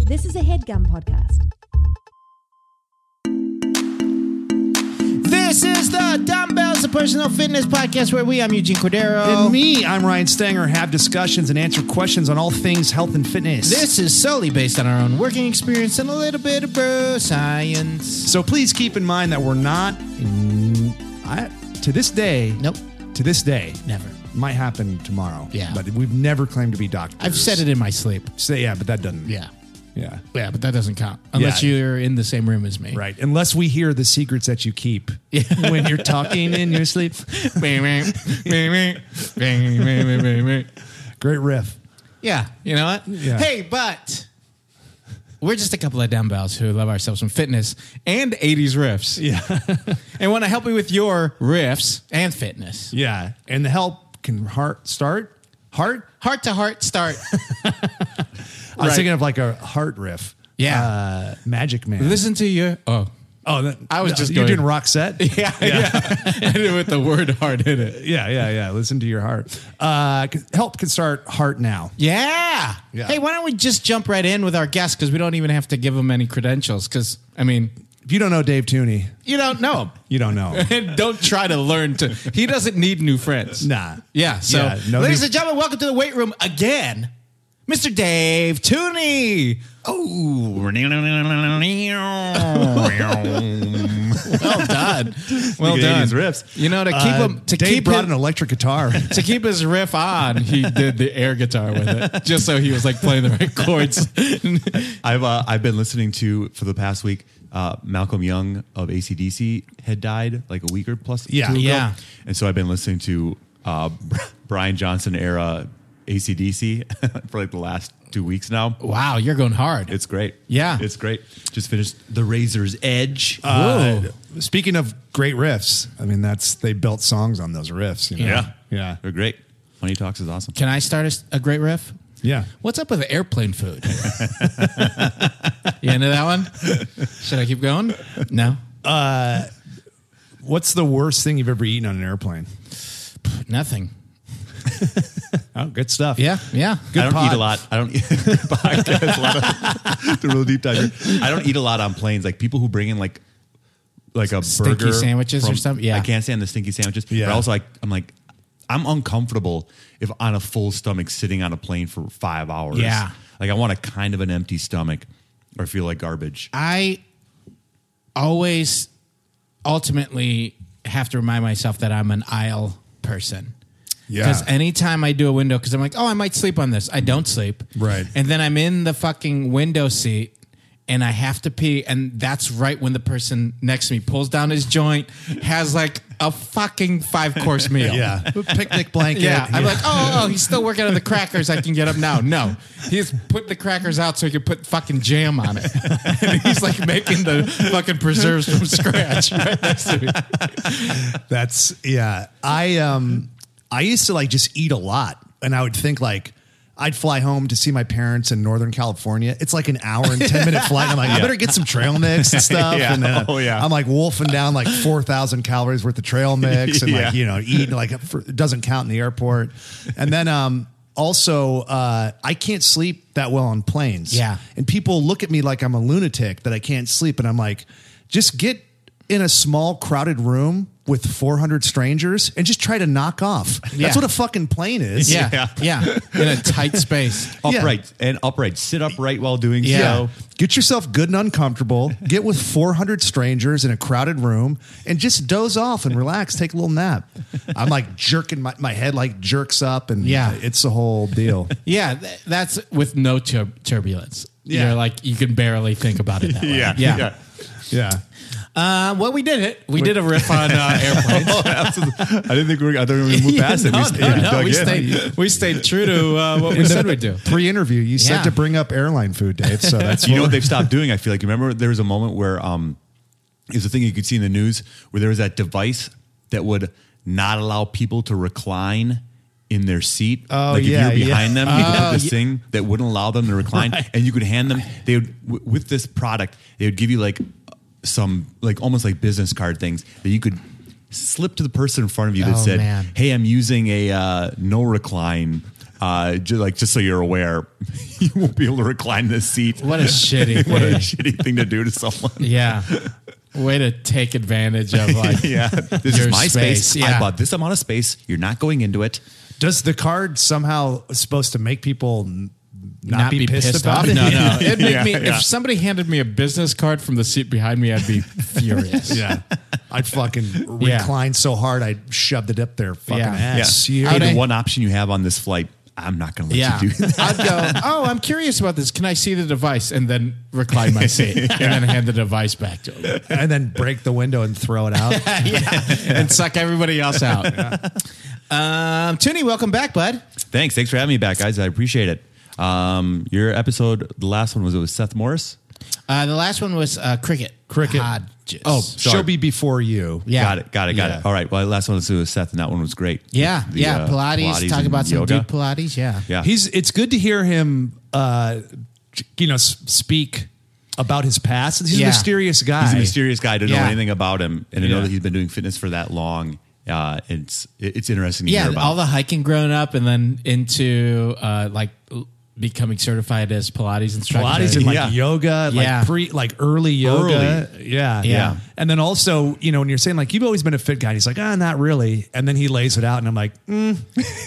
This is a headgum podcast. This is the Dumbbells, the personal fitness podcast where we, I'm Eugene Cordero. And me, I'm Ryan Stanger, have discussions and answer questions on all things health and fitness. This is solely based on our own working experience and a little bit of bro science. so please keep in mind that we're not, I, to this day, Nope, to this day, never. might happen tomorrow. Yeah. But we've never claimed to be doctors. I've said it in my sleep. So, yeah, but that doesn't. Yeah. Yeah. Yeah, but that doesn't count unless Yeah. you're in the same room as me. Right. Unless we hear the secrets that you keep when you're talking in your sleep. Great riff. Yeah, you know what? Yeah. Hey, but we're just a couple of dumbbells who love ourselves some fitness and 80s riffs. Yeah. And want to help you with your riffs and fitness. Yeah. And the help can heart start. Heart? Heart to heart start. I was Right. thinking of like a heart riff. Yeah. Uh, Magic Man. Listen to your oh. Oh, that, I was just you're going- doing rock set. Yeah, yeah. I did it with the word hard in it. yeah, yeah, yeah. Listen to your heart. Uh, c- help can start heart now. Yeah. Yeah. Hey, why don't we just jump right in with our guest because we don't even have to give him any credentials because, I mean, If you don't know Dave Tooney, you don't know him. you don't know. him. And don't try to learn to. He doesn't need new friends. Nah. Yeah. So, Yeah, no ladies new- and gentlemen, welcome to the weight room again, Mr. Dave Tooney. Ooh. well done. Well Look at done. 80s riffs. You know to keep Uh, him to Dave keep brought him, an electric guitar. to keep his riff on. He did the air guitar with it, just so he was like playing the right chords. I've uh, I've been listening to for the past week. Uh, Malcolm Young of ACDC had died like a week or plus. Yeah. two ago. Yeah. And so I've been listening to uh, Brian Johnson era ACDC for like the last two weeks now. wow, you're going hard. It's great. Yeah. It's great. Just finished The Razor's Edge. Uh, speaking of great riffs, I mean that's they built songs on those riffs. You know? yeah. yeah, They're great. Money Talks is awesome. Can I start a s- a, great riff? yeah. What's up with airplane food? you into that one? Should I keep going? No, What's the worst thing you've ever eaten on an airplane? nothing. Oh, good stuff. Yeah, yeah. Good I don't pod. eat a lot. I don't eat podcast, a lot of, the real deep dive. here. I don't eat a lot on planes. Like people who bring in like like a Stinky burger sandwiches or something? Yeah. I can't stand the stinky sandwiches. Yeah. But also, like I'm like I'm uncomfortable if on a full stomach sitting on a plane for five hours. Yeah. Like I want a kind of an empty stomach or feel like garbage. I always ultimately have to remind myself that I'm an aisle person. Yeah. Because anytime I do a window, because I'm like, oh, I might sleep on this. I don't sleep. Right. And then I'm in the fucking window seat and I have to pee. And that's right when the person next to me pulls down his joint, has like a fucking five course meal. yeah. Picnic blanket. Yeah, I'm like, oh, oh, he's still working on the crackers. I can get up now. No, he's put the crackers out so he could put fucking jam on it. and he's like making the fucking preserves from scratch right next to me. That's yeah. I um I used to like just eat a lot and I would think like I'd fly home to see my parents in Northern California. It's like an hour and 10 minute flight. I'm like, I better get some trail mix and stuff. Yeah. And then Oh, yeah. I'm like wolfing down like 4,000 calories worth of trail mix and Yeah. like, you know, eating like for, it doesn't count in the airport. And then, um, also, uh, I can't sleep that well on planes. Yeah. And people look at me like I'm a lunatic that I can't sleep. And I'm like, just get in a small crowded room with 400 strangers and just try to knock off. Yeah. That's what a fucking plane is. Yeah, yeah, in a tight space. Yeah. Upright and upright. Sit upright while doing Yeah. so. Get yourself good and uncomfortable. Get with 400 strangers in a crowded room and just doze off and relax. Take a little nap. I'm like jerking my, my head, like jerks up, and Yeah. it's the whole deal. Yeah, th- that's with no tur- turbulence. Yeah. You're like you can barely think about it. That way. yeah. Yeah. Yeah. Uh, well, we did it. We did a riff on uh, airplanes. I didn't think we were, I thought we were going to move past it. no, stayed- no, no, dug we in. stayed. We stayed true to uh, what we said we'd do. Pre interview, you Yeah. said to bring up airline food, Dave. So that's you know what what they've stopped doing. I feel like you remember there was a moment where um, it was a thing you could see in the news where there was that device that would not allow people to recline in their seat. Oh, like yeah, if you yeah. were behind them, you could put this thing that wouldn't allow them to recline, and you could hand them. They would w- with this product, they would give you like some like almost like business card things that you could. Slip to the person in front of you that Oh, said, man. "Hey, I'm using a uh, no recline Uh, just like just so you're aware, you won't be able to recline this seat. What a shitty what a thing. shitty thing to do to someone. Yeah. Way to take advantage of like Yeah, this Your is my space. space, yeah. I bought this amount of space. You're not going into it. Does the card somehow supposed to make people n- not, not be, pissed, about off. it? No, no. It'd make Yeah, me, yeah. If somebody handed me a business card from the seat behind me, I'd be furious. Yeah. I'd fucking Yeah. recline so hard I shoved it up their fucking Yeah. ass. Yeah, You- hey, How'd I- the one option you have on this flight, I'm not going to let Yeah. you do that. I'd go, oh, I'm curious about this. Can I see the device? And then recline my seat and then hand the device back to him and then break the window and throw it out. and suck everybody else out. Um, Toonie, welcome back, bud. Thanks, thanks for having me back, guys. I appreciate it. Um, your episode, the last one was it was Seth Morris. Uh, the last one was uh, Cricket. Cricket. Hodges. Oh, Sorry. she'll be before you. Yeah. Got it. Got it. Got Yeah. it. All right. Well, last one was with Seth, and that one was great. Yeah, The, yeah. uh, Pilates, Talk and about some yoga. deep Pilates. Yeah. Yeah. He's it's good to hear him uh you know s- speak about his past. He's Yeah. a mysterious guy. He's a mysterious guy. I don't Yeah. know anything about him, and to Yeah. know that he's been doing fitness for that long, uh, it's it's interesting to yeah. hear about. All the hiking growing up, and then into uh, like l- becoming certified as Pilates instructor. Pilates and like Yeah. yoga, like Yeah. pre, like early yoga, yeah, Yeah. And then also, you know, when you're saying like you've always been a fit guy, and he's like, ah, not really. And then he lays it out, and I'm like, mm,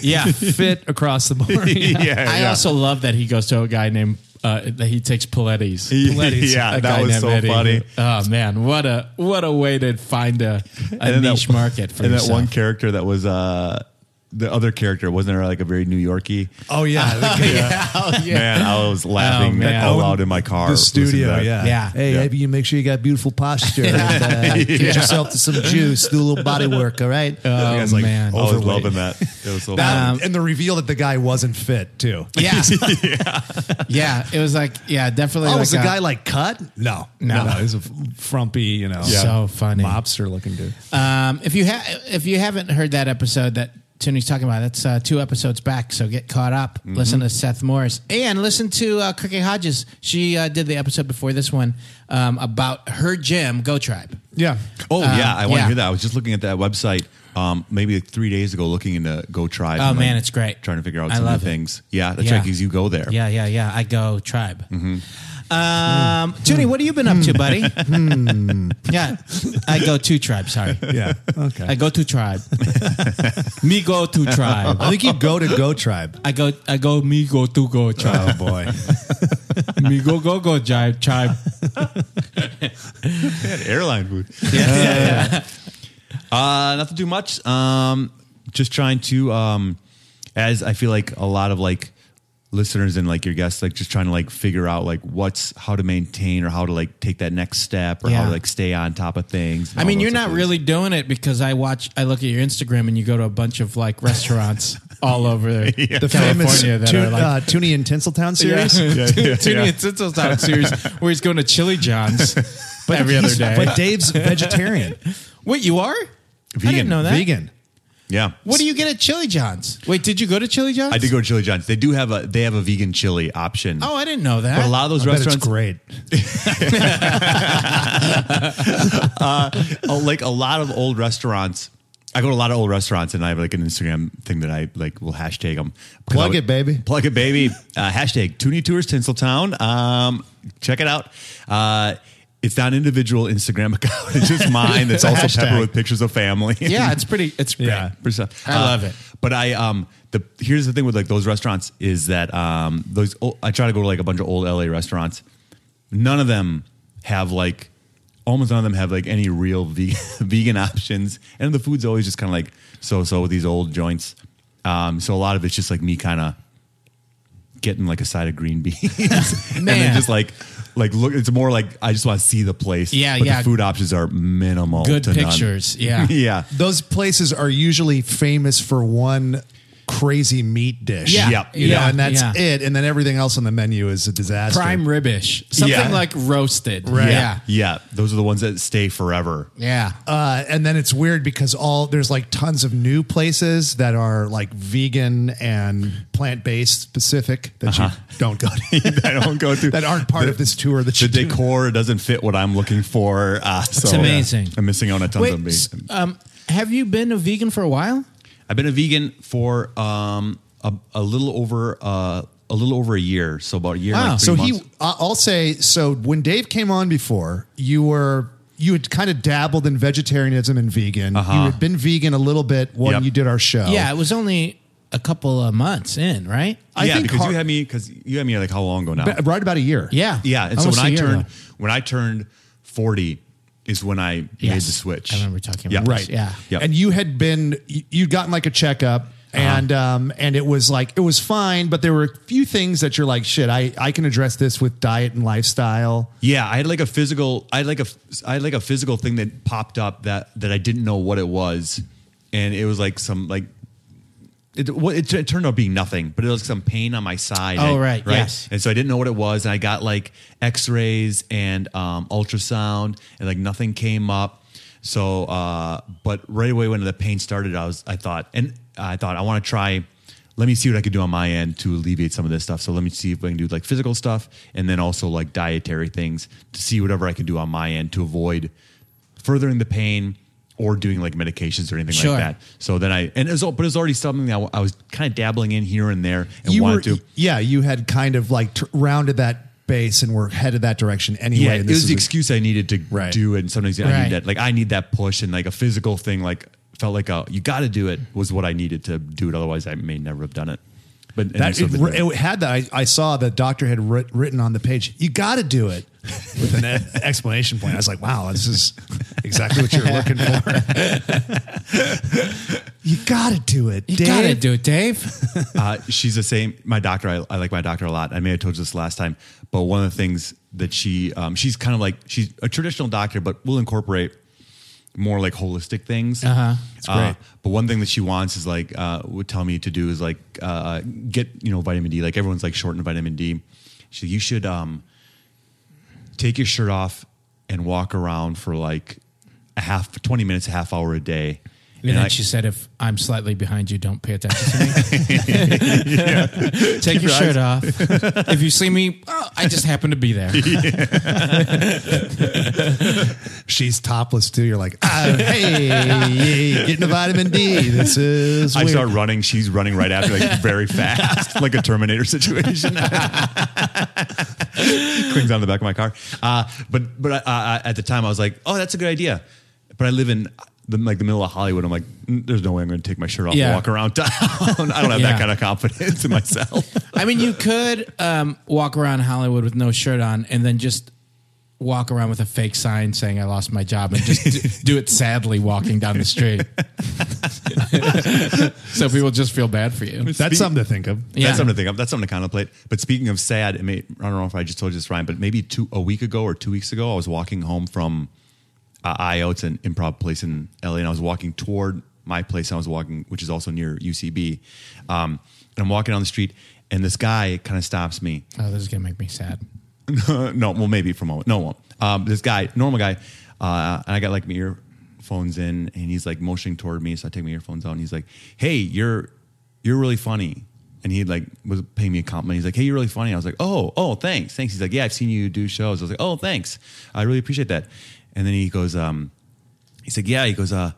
yeah. fit across the board. yeah, yeah. I also love that he goes to a guy named uh, that he takes Pilates. Pilates Yeah, a that guy was named so Eddie. funny. Oh man, what a what a way to find a, a then that- niche market for and yourself. that one character that was uh, the other character wasn't there like a very New Yorkie Oh yeah, the, man? I was laughing Oh, man. out Owen- loud in my car. the listening to studio, that. yeah, Yeah. Hey, Yeah. maybe you make sure you got beautiful posture. and, uh, Get yourself to some juice. Do a little body work. All right. oh I was like, man. I was Overweight. loving that. It was so funny. Um, That- and the reveal that the guy wasn't fit too. Yeah. yeah, It was like, yeah, definitely. Oh, like was the a- guy like cut? No, No. he's a f- frumpy, you know, So funny. mobster looking dude. Um, if you ha- if you haven't heard that episode that Tony's talking about, that's uh, two episodes back. So get caught up. Listen to Seth Morris and listen to uh, Cricket Hodges. She uh, did the episode before this one um, about her gym, Go Tribe. Yeah. Oh Um, yeah, I want yeah. to hear that. I was just looking at that website um, maybe like three days ago, looking into Go Tribe. Oh, and, like, man, it's great. Trying to figure out I some new love it. things. Yeah, that's Yeah. right. Because you go there. Yeah, yeah, yeah. I go Tribe. Um, Tony, what have you been up to, buddy? yeah, Hmm. I go to Tribe. Sorry, Yeah. Okay. I go to Tribe. me go to Tribe. I think you go to Go Tribe. I go. I go. Me go to go Tribe. Oh boy. Me go go go jive tribe. That airline food. Yeah. Uh, not to do much. Um, just trying to, um, as I feel like a lot of like listeners and like your guests, like just trying to like figure out like what's how to maintain or how to like take that next step or how Yeah. to like stay on top of things. and I all mean, those you're sorts not of really doing it because I watch. I look at your Instagram and you go to a bunch of like restaurants all over the famous California that Tune- are like. uh, Toonie in Tinseltown series. Toonie and Tinseltown series where he's going to Chili John's every other He's- day. But Dave's vegetarian. Wait, you are? I Vegan. didn't know that. vegan. Yeah. What do you get at Chili John's? Wait, did you go to Chili John's? I did go to Chili John's. They do have a they have a vegan chili option. Oh, I didn't know that. But a lot of those I bet it's restaurants, great. uh, like a lot of old restaurants, I go to a lot of old restaurants, and I have like an Instagram thing that I like will hashtag them. Plug it, baby. Plug it, baby. Uh, hashtag Toonie Tours Tinseltown. Um, check it out. Uh, it's not an individual Instagram account. It's just mine. That's also peppered with pictures of family. yeah, it's pretty. It's great. Yeah. for stuff. I love it. But I um the here's the thing with like those restaurants is that um those old, I try to go to like a bunch of old LA restaurants. None of them have like almost none of them have like any real vegan, vegan options, and the food's always just kind of like so so with these old joints. Um, so a lot of it's just like me kind of getting like a side of green beans and Man. then just like like look it's more like i just want to see the place Yeah, but yeah. the food options are minimal Good to none. pictures. Yeah. yeah Those places are usually famous for one crazy meat dish. Yeah. Yep. You know, Yeah. and that's Yeah. it. And then everything else on the menu is a disaster. Prime ribish. Something Yeah. like roasted. Right. Yeah. Yeah, those are the ones that stay forever. Yeah. Uh, and then it's weird because all there's like tons of new places that are like vegan and plant based specific that Uh-huh. you don't go to I don't go to that aren't part of this tour that The you do. decor doesn't fit what I'm looking for. Uh, so It's amazing. I'm missing out on tons Wait, of s- amazing. um, have you been a vegan for a while? I've been a vegan for um, a, a little over uh, a little over a year, so about a year. and Wow. like so three he, months. I- I'll say, so when Dave came on before, you were you had kind of dabbled in vegetarianism and vegan. You had been vegan a little bit when Uh-huh. Yep. you did our show. Yeah, it was only a couple of months in, right? I yeah, think because har- you had me because you had me like how long ago now? Ba- right about a year. Yeah. yeah, and so Almost when a I year turned ago. when I turned forty is when I made the Yes. switch. I remember talking yeah. about right. this. Yeah. Yep. Uh-huh. and you had been you- you'd gotten like a checkup. And um and it was like it was fine, but there were a few things that you're like, shit, I, I can address this with diet and lifestyle. Yeah, I had like a physical. I had like a. I had like a physical thing that popped up that that I didn't know what it was, and it was like some like. It, what, it, it turned out being nothing, but it was some pain on my side. Oh, I- right, yes. And so I didn't know what it was. And I got like x rays and um, ultrasound, and like nothing came up. So, uh, but right away when the pain started, I was, I thought, and I thought, I want to try, let me see what I could do on my end to alleviate some of this stuff. So let me see if I can do like physical stuff and then also like dietary things to see whatever I can do on my end to avoid furthering the pain or doing like medications or anything Sure. like that. So then I, and it was, al- but it was already something that I wa- I was kind of dabbling in here and there and you e-, wanted to. yeah, you had kind of like t- rounded that base and were headed that direction anyway. Yeah, and it this was is the a- excuse I needed to Right. do, and sometimes I Right. need that. Like I need that push, and like a physical thing, like felt like a you got to do it was what I needed to do it. Otherwise, I may never have done it. But and I That still it, did it. it had that. I, I saw the doctor had writ, written on the page. You got to do it with an e- explanation point. I was like, wow, this is exactly what you're looking for. you got to do it. You Dave. gotta do it, Dave. uh, she's the same. My doctor, I, I like my doctor a lot. I may have told you this last time, but one of the things that she, um, she's kind of like she's a traditional doctor, but will incorporate more like holistic things. Uh-huh. great. but one thing that she wants is like uh, would tell me to do is like uh, get you know vitamin D. Like everyone's like short in vitamin D. She, you should um, take your shirt off and walk around for like a half, twenty minutes, a half hour a day. And, I- then she said, if I'm slightly behind you, don't pay attention to me. Take your shirt off. if you see me, oh, I just happen to be there. She's topless too. You're like, ah, hey, getting a vitamin D. This is. I weird. start running. She's running right after, like very fast, like a Terminator situation. Clings on the back of my car. Uh, but but uh, uh, at the time, I was like, oh, that's a good idea. But I live in the, like the middle of Hollywood. I'm like, "Mm, there's no way I'm going to take my shirt off and Yeah. walk around town. I don't have that Yeah. kind of confidence in myself. I mean, you could um, walk around Hollywood with no shirt on and then just walk around with a fake sign saying I lost my job and just do, do it sadly walking down the street. so people just feel bad for you. That's something to think of. Yeah. That's something to think of. That's something to contemplate. But speaking of sad, it may, I don't know if I just told you this, Ryan, but maybe two a week ago or two weeks ago, I was walking home from uh, IO. It's an improv place in LA, and I was walking toward my place. And I was walking, which is also near UCB, um, and I'm walking down the street, and this guy kind of stops me. Oh, this is gonna make me sad. no, well, maybe for a moment. No, it won't. Um, this guy, normal guy, uh, and I got like my earphones in, and he's like motioning toward me. So I take my earphones out, and he's like, "Hey, you're you're really funny." And he like was paying me a compliment. He's like, "Hey, you're really funny." I was like, "Oh, oh, thanks, thanks." He's like, "Yeah, I've seen you do shows." I was like, "Oh, thanks, I really appreciate that." And then he goes, um, he said, "Yeah." He goes, uh,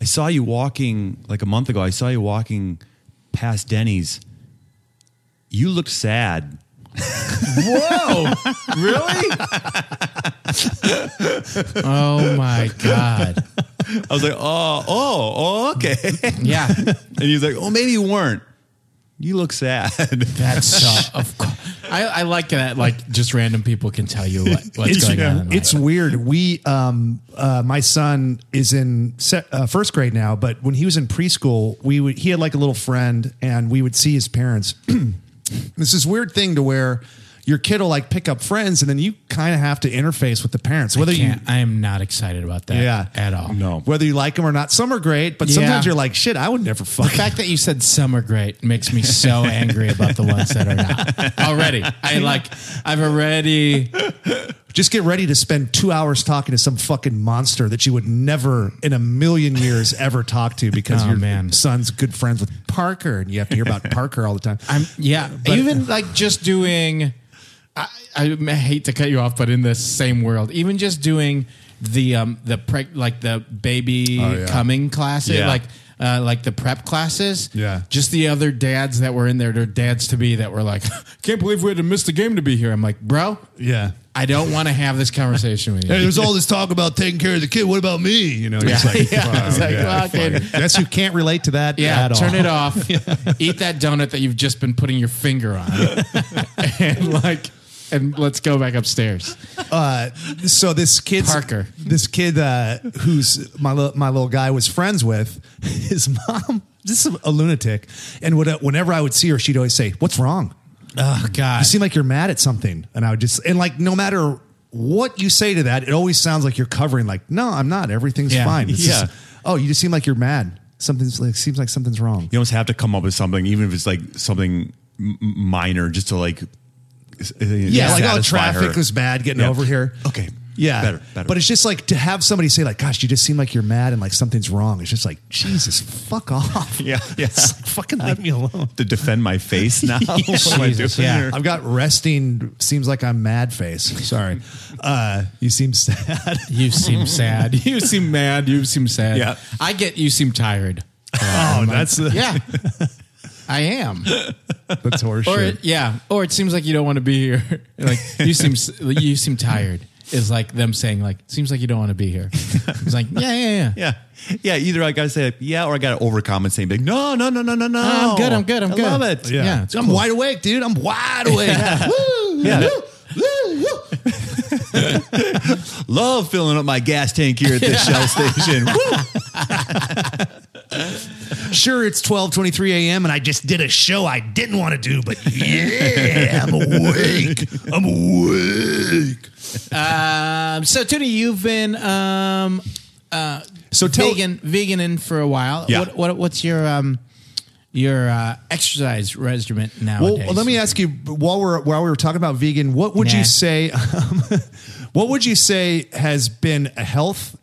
"I saw you walking like a month ago. I saw you walking past Denny's. You looked sad." Whoa! really? oh my god! I was like, oh, oh, oh, okay. and Yeah, he's like, oh, maybe you weren't. You look sad. that's so. Of course, I, I like that. Like, just random people can tell you what, what's it's, going on. in life. it's weird. We, um, uh, my son is in se- uh, first grade now, but when he was in preschool, we would he had like a little friend, and we would see his parents. this is weird thing to where your kid will like pick up friends, and then you kind of have to interface with the parents, whether you. Can't- I am not excited about that. Yeah. at all. No. Whether you like them or not, some are great, but Yeah. sometimes you're like, "Shit, I would never fuck." The fact that you said some are great makes me so angry about the ones that are not already. I like. I've already. Just get ready to spend two hours talking to some fucking monster that you would never in a million years ever talk to because Oh, your man. son's good friends with Parker and you have to hear about Parker all the time. I'm yeah. even like just doing. I, I hate to cut you off, but in the same world, even just doing the um the preg- like the baby Oh, yeah. coming classes, Yeah. like uh, like the prep classes. Yeah. Just the other dads that were in there, their dads to be that were like, can't believe we had to miss the game to be here. I'm like, bro, Yeah. I don't want to have this conversation with you. Hey, there's all this talk about taking care of the kid. What about me? You know, just Yeah. like, Yeah, fuck, it's like, yeah, well, fuck. okay. Guess who can't relate to that Yeah, at all? turn it off. Eat that donut that you've just been putting your finger on, and like, and let's go back upstairs. uh, so this kid Parker. this kid uh, who's my li- my little guy was friends with, his mom. This is a lunatic, and would, whenever I would see her, she'd always say, "What's wrong? Oh God, You seem like you're mad at something." And I would just and like no matter what you say to that, it always sounds like you're covering. Like, no, I'm not. Everything's Yeah. fine. It's Yeah. just, oh, you just seem like you're mad. Something's like seems like something's wrong. you almost have to come up with something, even if it's like something m- minor, just to like. uh, Yeah, like oh, traffic was bad getting Yeah. over here. Okay. Yeah, Better, better. But it's just like to have somebody say like, "Gosh, you just seem like you're mad and like something's wrong." It's just like, Jesus, fuck off. Yeah, yeah. It's like, fucking leave me alone. to defend my face now. What am I Jesus, doing yeah. here? I've got resting. Seems like I'm mad face. Sorry, uh, you seem sad. you seem sad. You seem mad. You seem sad. Yeah. I get. You seem tired. Um, Oh, that's uh, Yeah, I am. that's horseshit. Or yeah, or it seems like you don't want to be here. Like you seem you seem tired. Is like them saying like seems like you don't want to be here. It's like yeah yeah yeah. Yeah. Yeah. Either I got to say, like, yeah, or I got to overcompensate. Like, no, no, no, no, no, no. I'm good, I'm good, I'm Oh, I good. love it. Yeah. Yeah, it's I'm wide awake, dude. I'm wide awake. Woo, Yeah. woo, woo, woo. Love filling up my gas tank here at this Shell station. Woo! Sure, it's 12:23 a.m. and I just did a show I didn't want to do, but yeah, I'm awake. I'm awake. Um, so Tony, you've been um, uh, So tell- vegan vegan in for a while. Yeah. What, what what's your um, your uh, exercise regimen Well, nowadays? let me ask you while we're while we were talking about vegan, what would Nah. you say? um, what would you say has been a health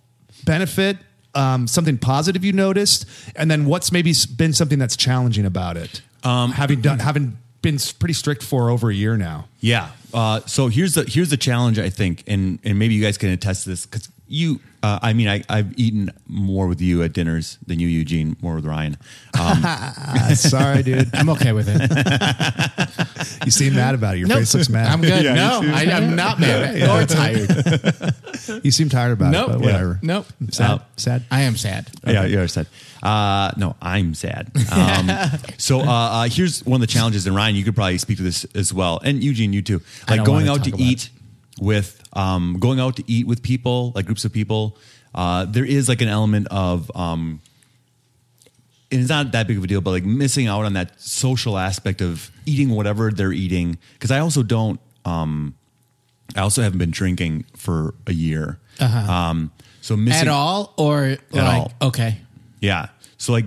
benefit, um, something positive you noticed, and then what's maybe s- been something that's challenging about it? Um, having done, having been s- pretty strict for over a year now. Yeah. Uh, so here's the here's the challenge I think, and and maybe you guys can attest to this because you, uh, I mean, I I've eaten more with you at dinners than you, Eugene, more with Ryan. Ah, sorry, dude. I'm okay with it. You seem mad about it. Your Nope. face looks mad. I'm good. Yeah, no, you too. I, am not mad or tired. You seem tired about Nope. it, but whatever. Nope. Sad. Uh, sad. I am sad. Yeah, you're sad. Uh, no, I'm sad. Um, so uh, uh, here's one of the challenges, and Ryan, you could probably speak to this as well, and Eugene, you too. I Like don't going wanna talk out to about eat with, um, going out to eat with people, like groups of people. Uh, there is like an element of, um, and it's not that big of a deal, but like missing out on that social aspect of eating whatever they're eating. Because I also don't, um, I also haven't been drinking for a year. Um, so missing Uh-huh. At all or at like all. okay. yeah. So like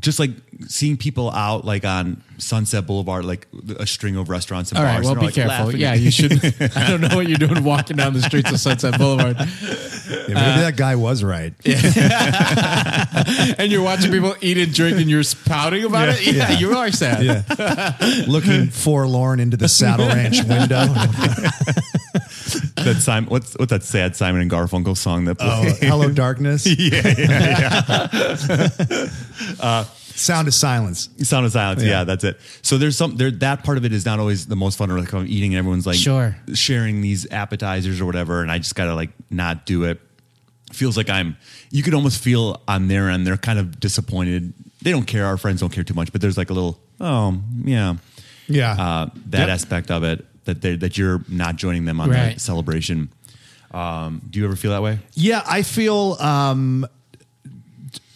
just like seeing people out like on Sunset Boulevard, like a string of restaurants and All right. bars. Well, and they're, be like, careful. laughing. Yeah, you should. I don't know what you're doing walking down the streets of Sunset Boulevard, Yeah, maybe Uh, that guy was right. and you're watching people eat and drink, and you're pouting about it. Yeah, you are sad. Looking forlorn into the Saddle Ranch window. that Simon, what's what's that sad Simon and Garfunkel song that Oh, played? hello, darkness. yeah, yeah, yeah. Sound of silence. Sound of Silence. Yeah. Yeah. that's it. So there's some there that part of it is not always the most fun. Or like I'm eating and everyone's like Sure. sharing these appetizers or whatever, and I just gotta like not do it. Feels like I'm. You could almost feel on their end they're kind of disappointed. They don't care. Our friends don't care too much, but there's like a little oh yeah Yeah. uh, that aspect of it that they that you're not joining them on Right. that celebration. Um, do you ever feel that way? Yeah, I feel um,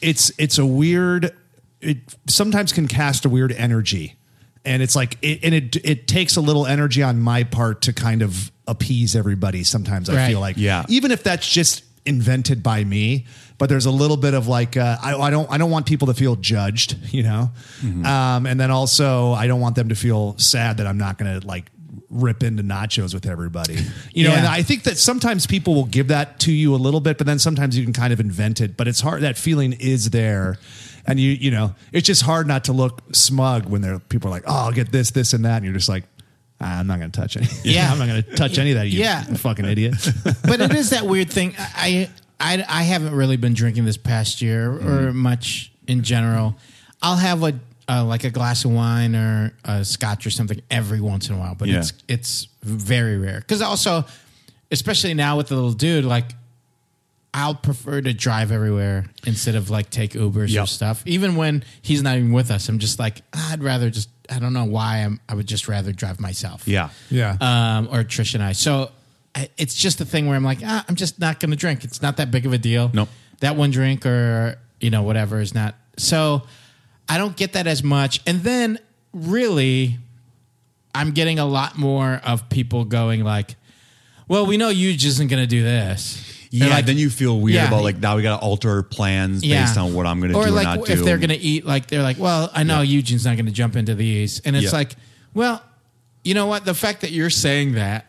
it's it's a weird. It sometimes can cast a weird energy, and it's like it, and it it takes a little energy on my part to kind of appease everybody. Sometimes I Right. feel like Yeah. even if that's just invented by me. But there's a little bit of like uh, I, I don't I don't want people to feel judged, you know, um, and then also I don't want them to feel sad that I'm not going to like rip into nachos with everybody, you know. And Yeah. I think that sometimes people will give that to you a little bit, but then sometimes you can kind of invent it. But it's hard. That feeling is there, and you you know it's just hard not to look smug when there people are like, oh, I'll get this, this, and that, and you're just like. "Ah, I'm not going to touch any. Yeah. I'm not going to touch any of that. You Yeah. fucking idiot. but Mm-hmm. it is that weird thing. I, I I haven't really been drinking this past year or much. in general. I'll have a uh, like a glass of wine or a scotch or something every once in a while, but Yeah. it's it's very rare. Because also, especially now with the little dude, like I'll prefer to drive everywhere instead of like take Ubers or Yep. stuff. Even when he's not even with us, I'm just like "Ah, I'd rather just I don't know why I'm I would just rather drive myself Yeah. Yeah. um, or Trish and I. So I- it's just the thing where I'm like, ah, I'm just not going to drink. It's not that big of a deal. Nope. That one drink or, you know, whatever is not. So I don't get that as much. And then really, I'm getting a lot more of people going like, well, we know you just isn't going to do this. Yeah, They're like- then you feel weird Yeah. about like now we got to alter plans based on what I'm going to or do like or not if do. they're going to eat, like they're like, well, I know Eugene's not going to jump into these, and it's Yeah. like, well, you know what? The fact that you're saying that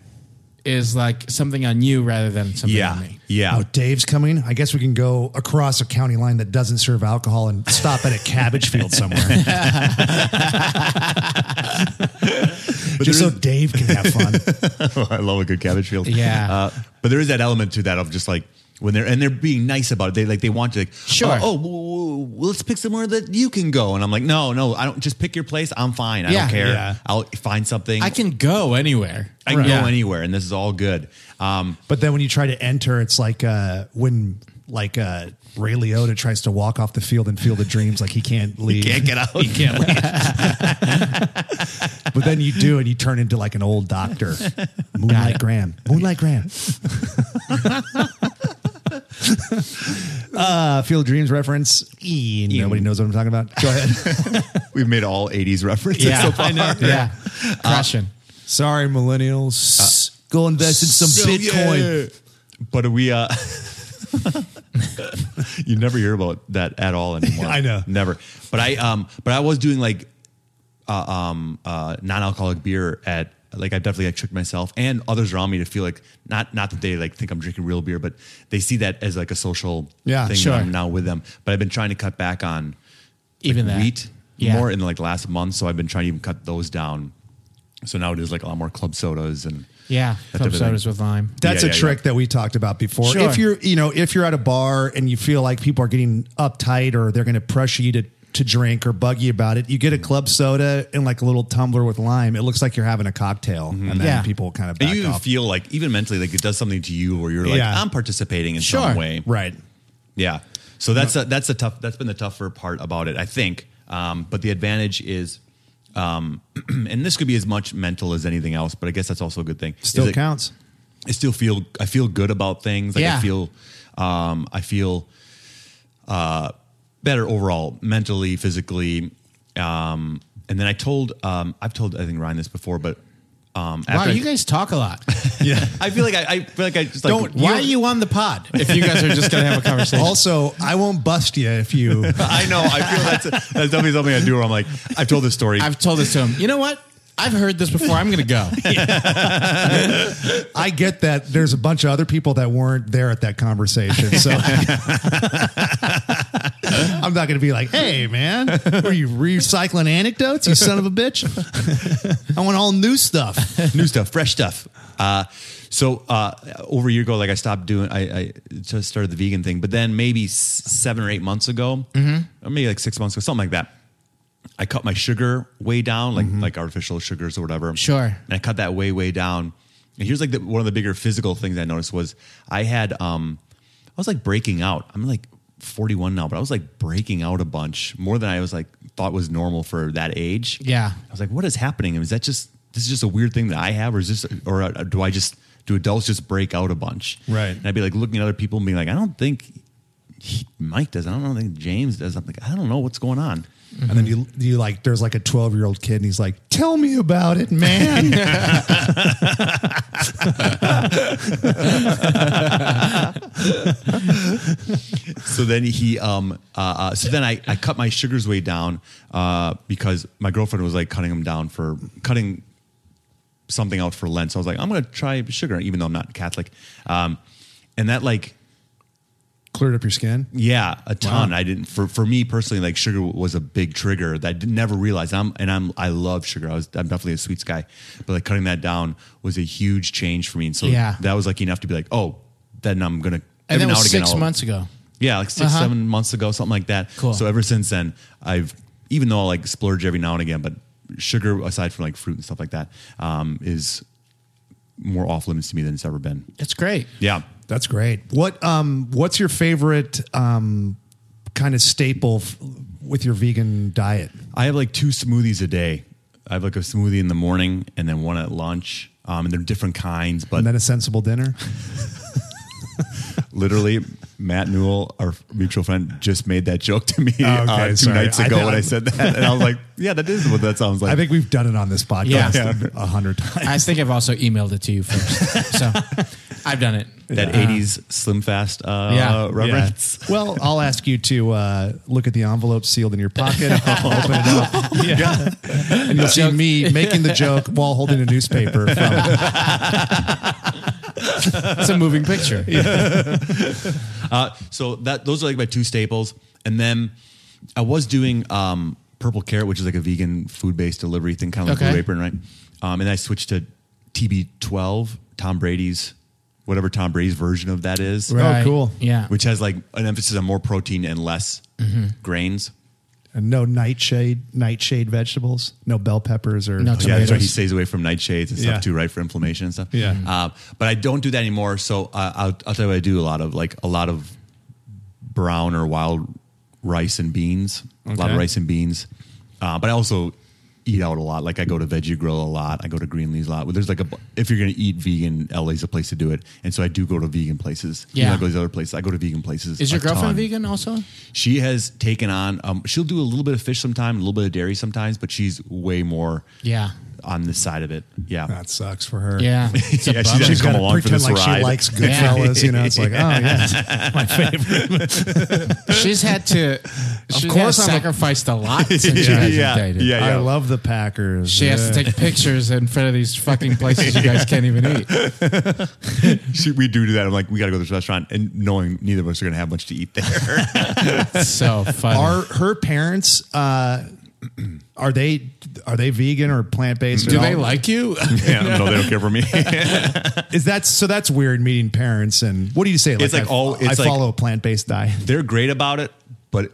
is like something on you rather than something yeah, on me. yeah, Oh, Dave's coming. I guess we can go across a county line that doesn't serve alcohol and stop at a cabbage field somewhere. Just so Dave can have fun. I love a good cabbage field. Yeah. uh, but there is that element to that of just like when they're and they're being nice about it. They like they want to like Sure. Oh, oh, w- w- w- let's pick somewhere that you can go. And I'm like, no, no, I don't. Just pick your place. I'm fine. I Yeah. don't care. Yeah. I'll find something. I can go anywhere. I can Yeah. go anywhere, and this is all good. Um, But then when you try to enter, it's like uh, when like uh, Ray Liotta tries to walk off the field and Field of Dreams, like he can't leave. can't get out. You can't. But then you do, and you turn into like an old doctor, Moonlight Graham. Moonlight Graham. uh, Field of Dreams reference. E, nobody knows what I'm talking about. Go ahead. We've made all '80s references. Yeah, so far. I know. Yeah, Uh, crushing. Sorry, millennials. Go invest in some So, Bitcoin. yeah. But we uh you never hear about that at all anymore. I know. Never. But I um but I was doing like uh, um uh non-alcoholic beer at like I definitely like tricked myself and others around me to feel like not not that they like think I'm drinking real beer, but they see that as like a social Yeah, thing sure. that I'm now with them. But I've been trying to cut back on Even that. wheat Yeah. more in like last month, so I've been trying to even cut those down. So now it is like a lot more club sodas and Yeah, that club type of thing. sodas with lime. That's Yeah, a yeah, trick that we talked about before. Sure. If you're, you know, if you're at a bar and you feel like people are getting uptight or they're going to pressure you to to drink or bug you about it, you get a Mm-hmm. club soda and like a little tumbler with lime. It looks like you're having a cocktail, and then Yeah. people kind of And back you even off. feel like, even mentally, like it does something to you where you're like, Yeah. I'm participating in Sure. some way. right. Yeah. So that's a, that's a tough, that's been the tougher part about it, I think. Um, but the advantage is, um, and this could be as much mental as anything else, but I guess that's also a good thing. is Still it- counts. I still feel, I feel good about things. Like Yeah. I feel, um, I feel, uh, better overall, mentally, physically. Um, and then I told, um, I've told, I think Ryan this before, but, um, Wow, after I- you guys talk a lot. yeah. I feel like I, I feel like I just like Don't. Oh, Why are you on the pod if you guys are just going to have a conversation? Also, I won't bust you if you. I know. I feel that's that's definitely something I do. Where I'm like, I've told this story. I've told this to him. You know what? I've heard this before. I'm going to go. I get that. There's a bunch of other people that weren't there at that conversation, so I'm not going to be like, "Hey, man, were you recycling anecdotes? You son of a bitch! I want all new stuff." new stuff, fresh stuff. Uh, so uh, over a year ago, like I stopped doing, I, I just started the vegan thing. But then maybe s- seven or eight months ago, Mm-hmm. or maybe like six months ago, something like that. I cut my sugar way down, like like artificial sugars or whatever. Mm-hmm. Sure. And I cut that way way down. And here's like the, one of the bigger physical things I noticed was I had um I was like breaking out. I'm like 41 now, but I was like breaking out a bunch more than I was like thought was normal for that age. Yeah. I was like, what is happening? Is that just this is just a weird thing that I have, or is this, or uh, do I just do adults just break out a bunch? Right. And I'd be like looking at other people and being like, I don't think he, Mike does. I don't think James does. I'm like, I don't know what's going on. And then you you like there's like a 12 year old kid and he's like, "Tell me about it, man." so then he um uh, uh so then I, I cut my sugars way down uh because my girlfriend was like cutting them down for cutting something out for Lent. So I was like, I'm gonna try sugar, even though I'm not Catholic. Um and that like Cleared up your skin. yeah, a ton. I didn't for for me personally, like sugar was a big trigger that I didn't, never realized. I'm and I'm I love sugar. I was I'm definitely a sweets guy, but like cutting that down was a huge change for me. And so Yeah. that was like enough to be like, oh, then I'm gonna And every that now was again, six I'll- months Uh-huh. ago. Yeah, like 6 seven months ago, something like that. Cool. So ever since then, I've even though I like splurge every now and again, but sugar aside from like fruit and stuff like that um, is more off limits to me than it's ever been. It's great. Yeah. That's great. What um what's your favorite um kind of staple f- with your vegan diet? I have like two smoothies a day. I have like a smoothie in the morning and then one at lunch. Um, and they're different kinds, but And then a sensible dinner? literally Matt Newell, our mutual friend, just made that joke to me Oh, okay, uh, two sorry. nights I ago think when I I'm- said that, and I was like, "Yeah, that is what that sounds like." I think we've done it on this podcast Yeah. a hundred times. I think I've also emailed it to you first. so I've done it. that '80s Slim Fast uh, Yeah. reference. well, I'll ask you to uh, look at the envelope sealed in your pocket, open it up, and you'll see me making the joke while holding a newspaper. From, uh, It's a moving picture. Uh, so that those are like my two staples, and then I was doing um, Purple Carrot, which is like a vegan food based delivery thing, kind of like Okay. Blue Apron, right? Um, and I switched to TB12, Tom Brady's, whatever Tom Brady's version of that is. Oh, cool. Yeah. Which has like an emphasis on more protein and less grains. and no nightshade, nightshade vegetables, no bell peppers or No Yeah, that's right. He Tomatoes. stays away from nightshades and stuff Yeah. too, right? For inflammation and stuff. Yeah. Uh, but I don't do that anymore. So uh, I'll, I'll tell you what I do a lot of like a lot of brown or wild rice and beans, a lot of Okay. rice and beans. Uh, but I also eat out a lot. Like I go to Veggie Grill a lot. I go to Greenlee's a lot. But there's like a, bu- if you're going to eat vegan, LA's a place to do it. And so I do go to vegan places. You know, Yeah. I go to these other places. I go to vegan places. Is your a girlfriend ton. vegan also? She has taken on. Um, she'll do a little bit of fish sometimes, a little bit of dairy sometimes, but she's way more. Yeah. On this side of it, yeah. That sucks for her. Yeah. It's a Yeah, she's bummer. just- She's Come got to along for pretend this like ride. she likes Goodfellas. You know, it's like, oh yeah, she's had to, she's course had I'm a- sacrificed a lot since she hasn't dated. Yeah, I yeah. love the Packers. She has to Yeah. take pictures in front of these fucking places you guys can't even eat. She, we do do that. I'm like, we got to go to this restaurant, and knowing neither of us are going to have much to eat there. It's so funny. Are her parents? Uh, are they are they vegan or plant based? Do they like you? yeah, no, they don't care for me. Is that so? That's weird meeting parents and what do you say? It's like I, all- it's I like- follow a plant based diet. They're great about it, but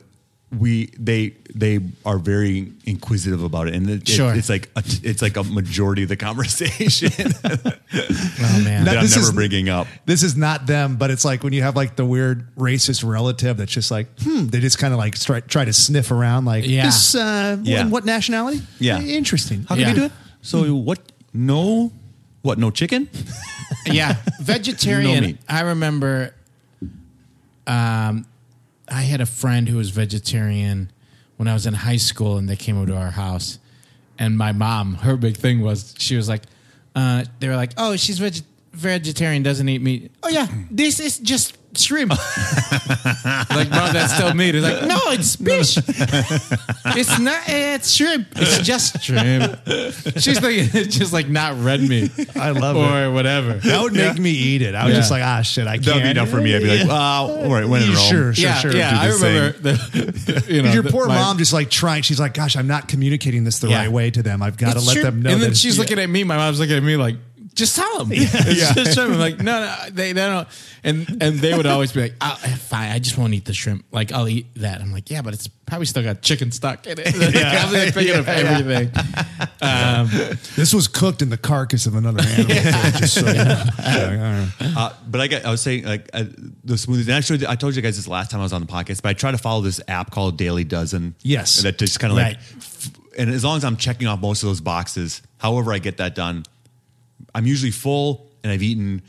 we they they are very inquisitive about it, and it, it- Sure. it's like a, it's like a majority of the conversation that oh man. That- I'm this never is- bringing up. This is not them, but it's like when you have like the weird racist relative that's just like, hmm, they just kind of like try, try to sniff around, like, Yeah. this, uh, Yeah. what nationality? Eh, Yeah. interesting. How can Yeah. we do it? So what? No, what? No chicken? yeah, No vegetarian. meat. I remember, um, I had a friend who was vegetarian when I was in high school, and they came over to our house, and my mom, her big thing was she was like, uh, they were like, oh, she's veg- vegetarian, doesn't eat meat. Oh yeah, this is just shrimp. like, mom, that's still meat. It's like, no, it's fish. it's not. It's shrimp. It's just shrimp. She's like, it's just like not red meat I love it. or whatever. That would make me eat it. I was Yeah. just like, ah, shit, I can't. That'd be enough for me. I'd be like, wow, all right, when in Yeah, Rome. sure, sure, yeah, sure. yeah. do I this remember. The, you know, Your the- poor my- mom just like trying. She's like, "Gosh, I'm not communicating this the Yeah. right way to them. I've got to It's let true. them know." And then that she's yeah. looking at me. My mom's looking at me like, just tell them. It's just shrimp. I'm like, no, no, they, they don't. And and they would always be like, oh, fine, I just won't eat the shrimp. Like I'll eat that. I'm like, yeah, but it's probably still got chicken stuck in it. Like, I'm like thinking of everything. This was cooked in the carcass of another animal. Just so you know. Uh, but I, got, I was saying like uh, the smoothies. And actually, I told you guys this last time I was on the podcast. But I try to follow this app called Daily Dozen. Yes. and that just kind of like, Right. f- and as long as I'm checking off most of those boxes, however I get that done, I'm usually full and I've eaten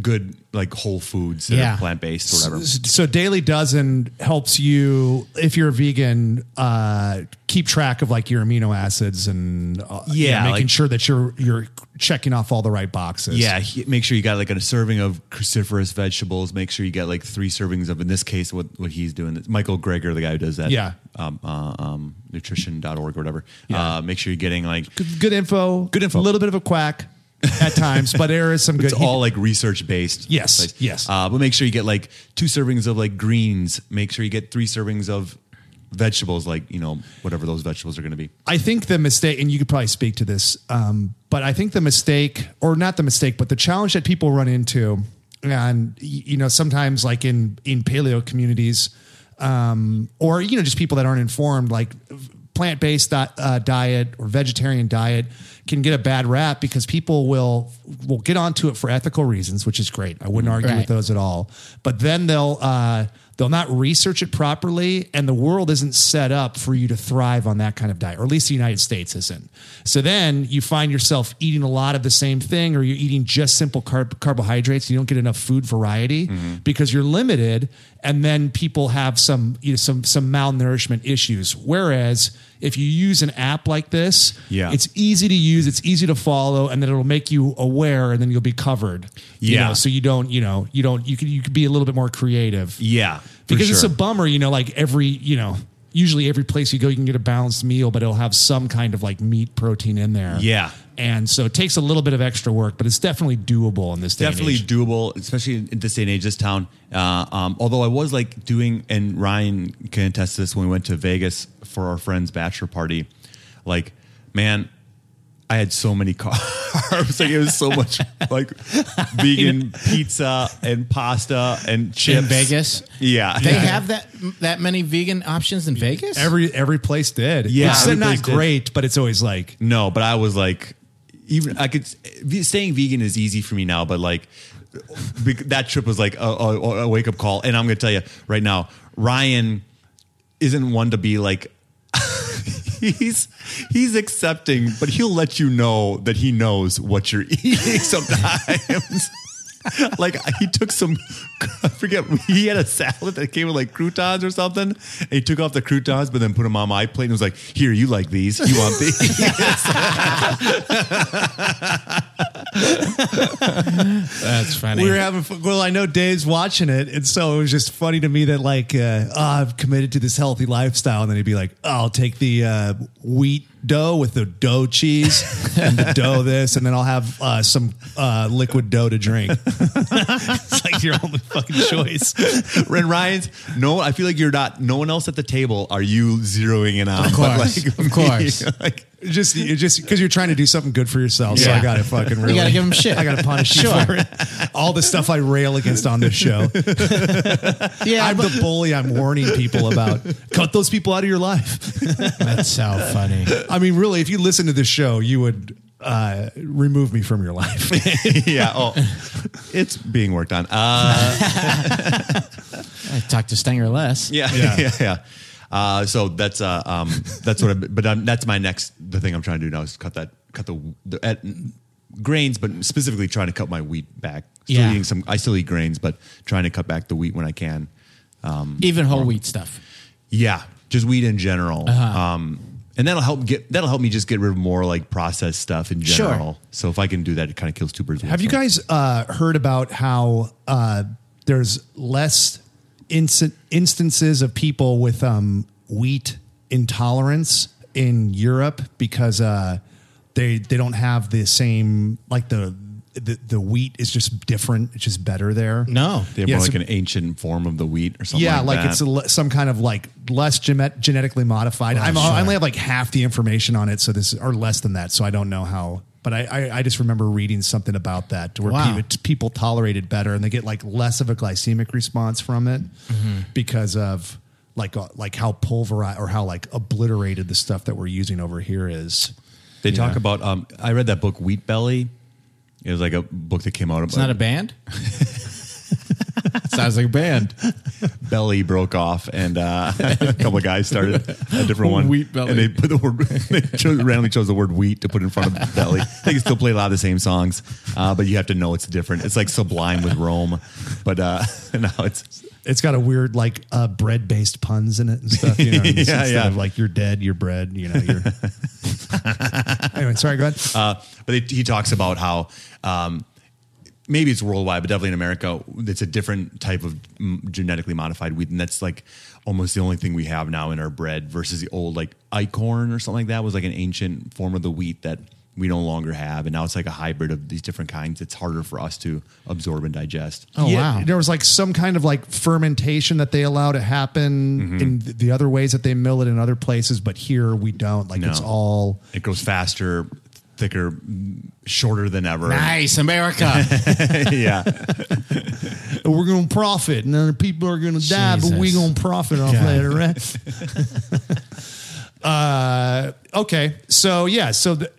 good like whole foods that Yeah. are plant based or whatever. So Daily Dozen helps you if you're a vegan uh, keep track of like your amino acids and uh, you Yeah, know, making like- sure that you're you're checking off all the right boxes. Yeah, he- make sure you got like a serving of cruciferous vegetables. Make sure you get like three servings of, in this case, what, what he's doing. It's Michael Greger, the guy who does that. Yeah. Um, uh, um, nutrition.org or whatever. Uh, make sure you're getting like, Good, good info. Good info. A little bit of a quack at times, but there is some good. it's all like research based. Yes, yes. Uh, but make sure you get like two servings of like greens. Make sure you get three servings of vegetables, like, you know, whatever those vegetables are going to be. I think the mistake, and you could probably speak to this, um, but I think the mistake, or not the mistake, but the challenge that people run into and y- you know sometimes like in in paleo communities um, or you know just people that aren't informed like plant-based di- uh, diet or vegetarian diet can get a bad rap because people will will get onto it for ethical reasons which is great i wouldn't argue with Right. those at all but then they'll uh, they'll not research it properly and the world isn't set up for you to thrive on that kind of diet or at least the united states isn't so then you find yourself eating a lot of the same thing or you're eating just simple carb- carbohydrates you don't get enough food variety because you're limited and then people have some you know some some malnourishment issues whereas if you use an app like this Yeah. it's easy to use it's easy to follow and then it'll make you aware and then you'll be covered you Yeah. know, so you don't you know you don't you can you can be a little bit more creative Yeah, for because it's a sure. bummer, you know, like every, you know, usually every place you go, you can get a balanced meal, but it'll have some kind of like meat protein in there. Yeah. And so it takes a little bit of extra work, but it's definitely doable in this day definitely and age. doable, especially in this day and age, this town. Uh, um, although I was like doing, and Ryan can attest to this when we went to Vegas for our friend's bachelor party. Like, man, I had so many carbs. like, it was so much like vegan pizza and pasta and chips. In Vegas? Yeah. They Yeah. have that that many vegan options in Vegas? Every every place did. Yeah. It's Every not place did. great, but it's always like No, but I was like, even I could v- staying vegan is easy for me now, but like bec- that trip was like a, a, a wake up call. And I'm going to tell you right now, Ryan isn't one to be like. He's he's accepting, but he'll let you know that he knows what you're eating sometimes. like he took some, I forget he had a salad that came with like croutons or something, and he took off the croutons, but then put them on my plate and was like, "Here, you like these? You want these?" That's funny. We were having fun. Well, I know Dave's watching it, and so it was just funny to me that like uh, oh, I've committed to this healthy lifestyle, and then he'd be like, oh, "I'll take the uh, wheat dough with the dough cheese and the dough this, and then I'll have uh, some uh, liquid dough to drink." it's like your only fucking choice. Ren Ryan's, no, I feel like you're not. No one else at the table are you zeroing in on. Of course, of course. like, Just, you just because you're trying to do something good for yourself, so I Yeah. got to fucking. Really, you gotta give them shit. I got to punish you Sure. for it. All the stuff I rail against on this show. yeah, I'm but- the bully. I'm warning people about cut those people out of your life. that's so funny. I mean, really, if you listen to this show, you would uh, remove me from your life. yeah. Oh, it's being worked on. Uh, I talked to Stenger less. yeah, yeah, Yeah. yeah. Uh, so that's uh, um, that's what. I, but I'm, that's my next. The thing I'm trying to do now is cut that, cut the, the at, grains, but specifically trying to cut my wheat back. Still Yeah. eating some. I still eat grains, but trying to cut back the wheat when I can. Um, Even whole wheat stuff. Yeah, just weed in general. Uh-huh. Um, and that'll help get that'll help me just get rid of more like processed stuff in Sure. general. So if I can do that, it kind of kills two birds. with Have one you stone. guys uh, heard about how uh, there's less inci- instances of people with um, wheat intolerance in Europe because uh, they they don't have the same like the the, the wheat is just different. It's just better there. No. They have Yeah, more like so- an ancient form of the wheat or something. Yeah, like, that. it's a, le- some kind of like less gene- genetically modified. Oh, I'm, I only have like half the information on it, so this or less than that, so I don't know how. But I, I, I just remember reading something about that to where Wow. people, people tolerate it better and they get like less of a glycemic response from it Mm-hmm. because of like uh, like how pulverized or how like obliterated the stuff that we're using over here is. they talk about. Um, I read that book Wheat Belly. It was like a book that came out. It's not a band? Sounds like a band. belly broke off, and uh, a couple of guys started a different one. Wheat Belly. and they put the word. They chose, randomly chose the word wheat to put in front of belly. They can still play a lot of the same songs, uh, but you have to know it's different. It's like Sublime with Rome, but uh, now it's It's got a weird like uh, bread based puns in it and stuff. You know, Yeah, instead yeah. of like you're dead, you're bread. You know, you're. anyway, sorry. Go ahead. Uh, but it, he talks about how um, maybe it's worldwide, but definitely in America, it's a different type of mm, genetically modified wheat, and that's like almost the only thing we have now in our bread versus the old like icorn or something like that was like an ancient form of the wheat that we no longer have, and now it's like a hybrid of these different kinds. It's harder for us to absorb and digest. Oh, Yeah, wow. There was like some kind of like fermentation that they allow to happen Mm-hmm. in th- the other ways that they mill it in other places, but here we don't. Like it's No. all It grows faster, thicker, shorter than ever. Nice, America. yeah. "Oh, And we're going to profit, and other people are going to die, but we're Jesus. going to profit off God. that, right? Uh, okay, so yeah, so th-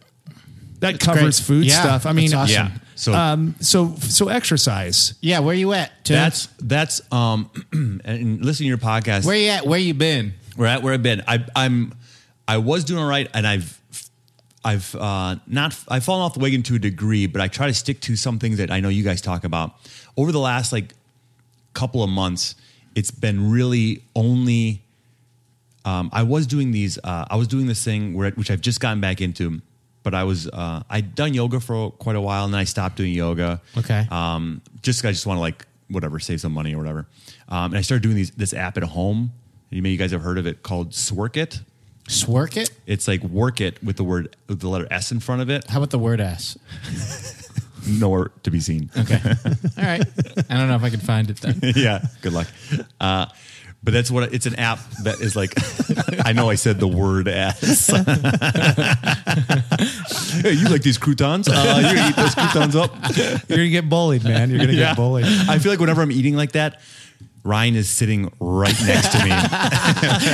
that covers great. food Yeah, stuff. I mean, that's awesome. Yeah. So um, so so exercise. yeah, where you at? Tim? that's that's um and- and listen to your podcast. where you at? Where you been? We're at where I've been. I, I'm, I was doing all right, and I've, I've uh, not, I've fallen off the wagon to a degree, but I try to stick to some things that I know you guys talk about. Over the last like couple of months, it's been really only. Um, I was doing these. Uh, I was doing this thing where, which I've just gotten back into, but I was uh, I'd done yoga for quite a while, and then I stopped doing yoga. Okay. Um, just 'cause I just want to like whatever save some money or whatever. Um, and I started doing these this app at home. You may you guys have heard of it called Swerk It. Swerk it? It's like work it with the word with the letter S in front of it. How about the word ass? Nowhere to be seen. Okay. All right. I don't know if I can find it then. yeah. Good luck. Uh, but that's what it's an app that is like. I know I said the word ass. hey, you like these croutons? Uh, you eat those croutons up. You're gonna get bullied, man. You're gonna get bullied. I feel like whenever I'm eating like that, Ryan is sitting right next to me.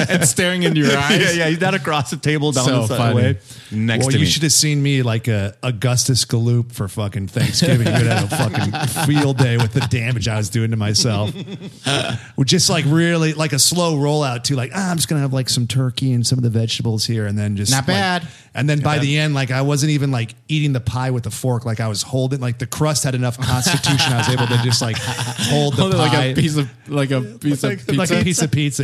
And staring in your eyes. yeah, yeah. He's not across the table down So the side funny. way. Next well, to you me. should have seen me like a Augustus Gloop for fucking Thanksgiving. You would have a fucking field day with the damage I was doing to myself. With just like really like a slow rollout to like ah, I'm just gonna have like some turkey and some of the vegetables here, and then just Not like- bad. And then by the end, like I wasn't even like eating the pie with a fork. Like I was holding like the crust had enough constitution. I was able to just like hold the Hold it pie. like a piece of like a piece of pizza. Like a piece of pizza,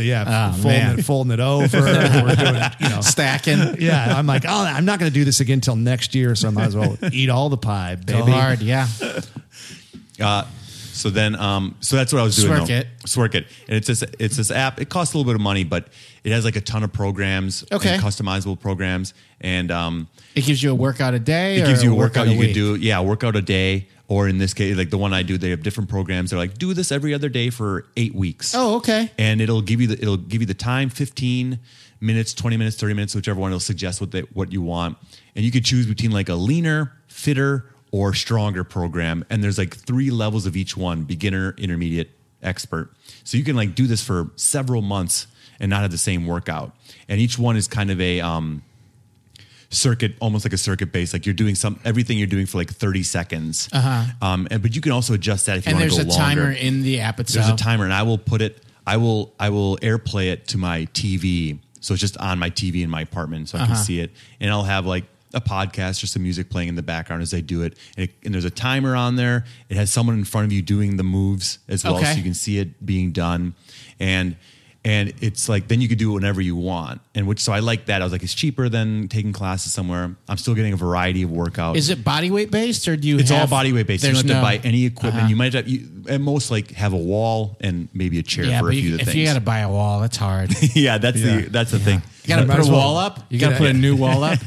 Oh, yeah. folding, man. It, folding it over. We're doing, you know, stacking. yeah, I'm like, oh, I'm not going to do this again till next year, so I might as well eat all the pie, baby. So Oh, hard, yeah. Uh, so then, um, so that's what I was doing. Swerk though. it. Swerk it. And it's this, it's this app. It costs a little bit of money, but it has like a ton of programs, Okay. and customizable programs, and um, It gives you a workout a day. it or gives you a workout workout, a you week? can do. Yeah, workout a day, or in this case, like the one I do, they have different programs. They're like, do this every other day for eight weeks. Oh, okay. And it'll give you the it'll give you the time, fifteen minutes, twenty minutes, thirty minutes, whichever one. It'll suggest what they, what you want, and you could choose between like a leaner, fitter, or stronger program. And there's like three levels of each one: beginner, intermediate, expert. So you can like do this for several months and not have the same workout. And each one is kind of a um, circuit, almost like a circuit base. Like you're doing some everything you're doing for like thirty seconds. Uh-huh. Um, and but you can also adjust that if you And want to there's go a longer. timer in the app itself. There's a timer, and I will put it. I will. I will airplay it to my TV, so it's just on my TV in my apartment, so I can see it. And I'll have like a podcast or some music playing in the background as I do it. And, it, and there's a timer on there. It has someone in front of you doing the moves as well, so Okay. you can see it being done. And and it's like then you could do it whenever you want. And which so I like that. I was like, it's cheaper than taking classes somewhere. I'm still getting a variety of workouts. Is it body weight based or do you It's all have- body weight based. You don't there's have to no- buy any equipment. Uh-huh. You might have, you, at most like have a wall and maybe a chair Yeah, for a but few you, of the if things. you got to buy a wall, that's hard. You yeah, that's the that's the thing. You gotta Might put as a well wall up. You gotta get put it. a new wall up.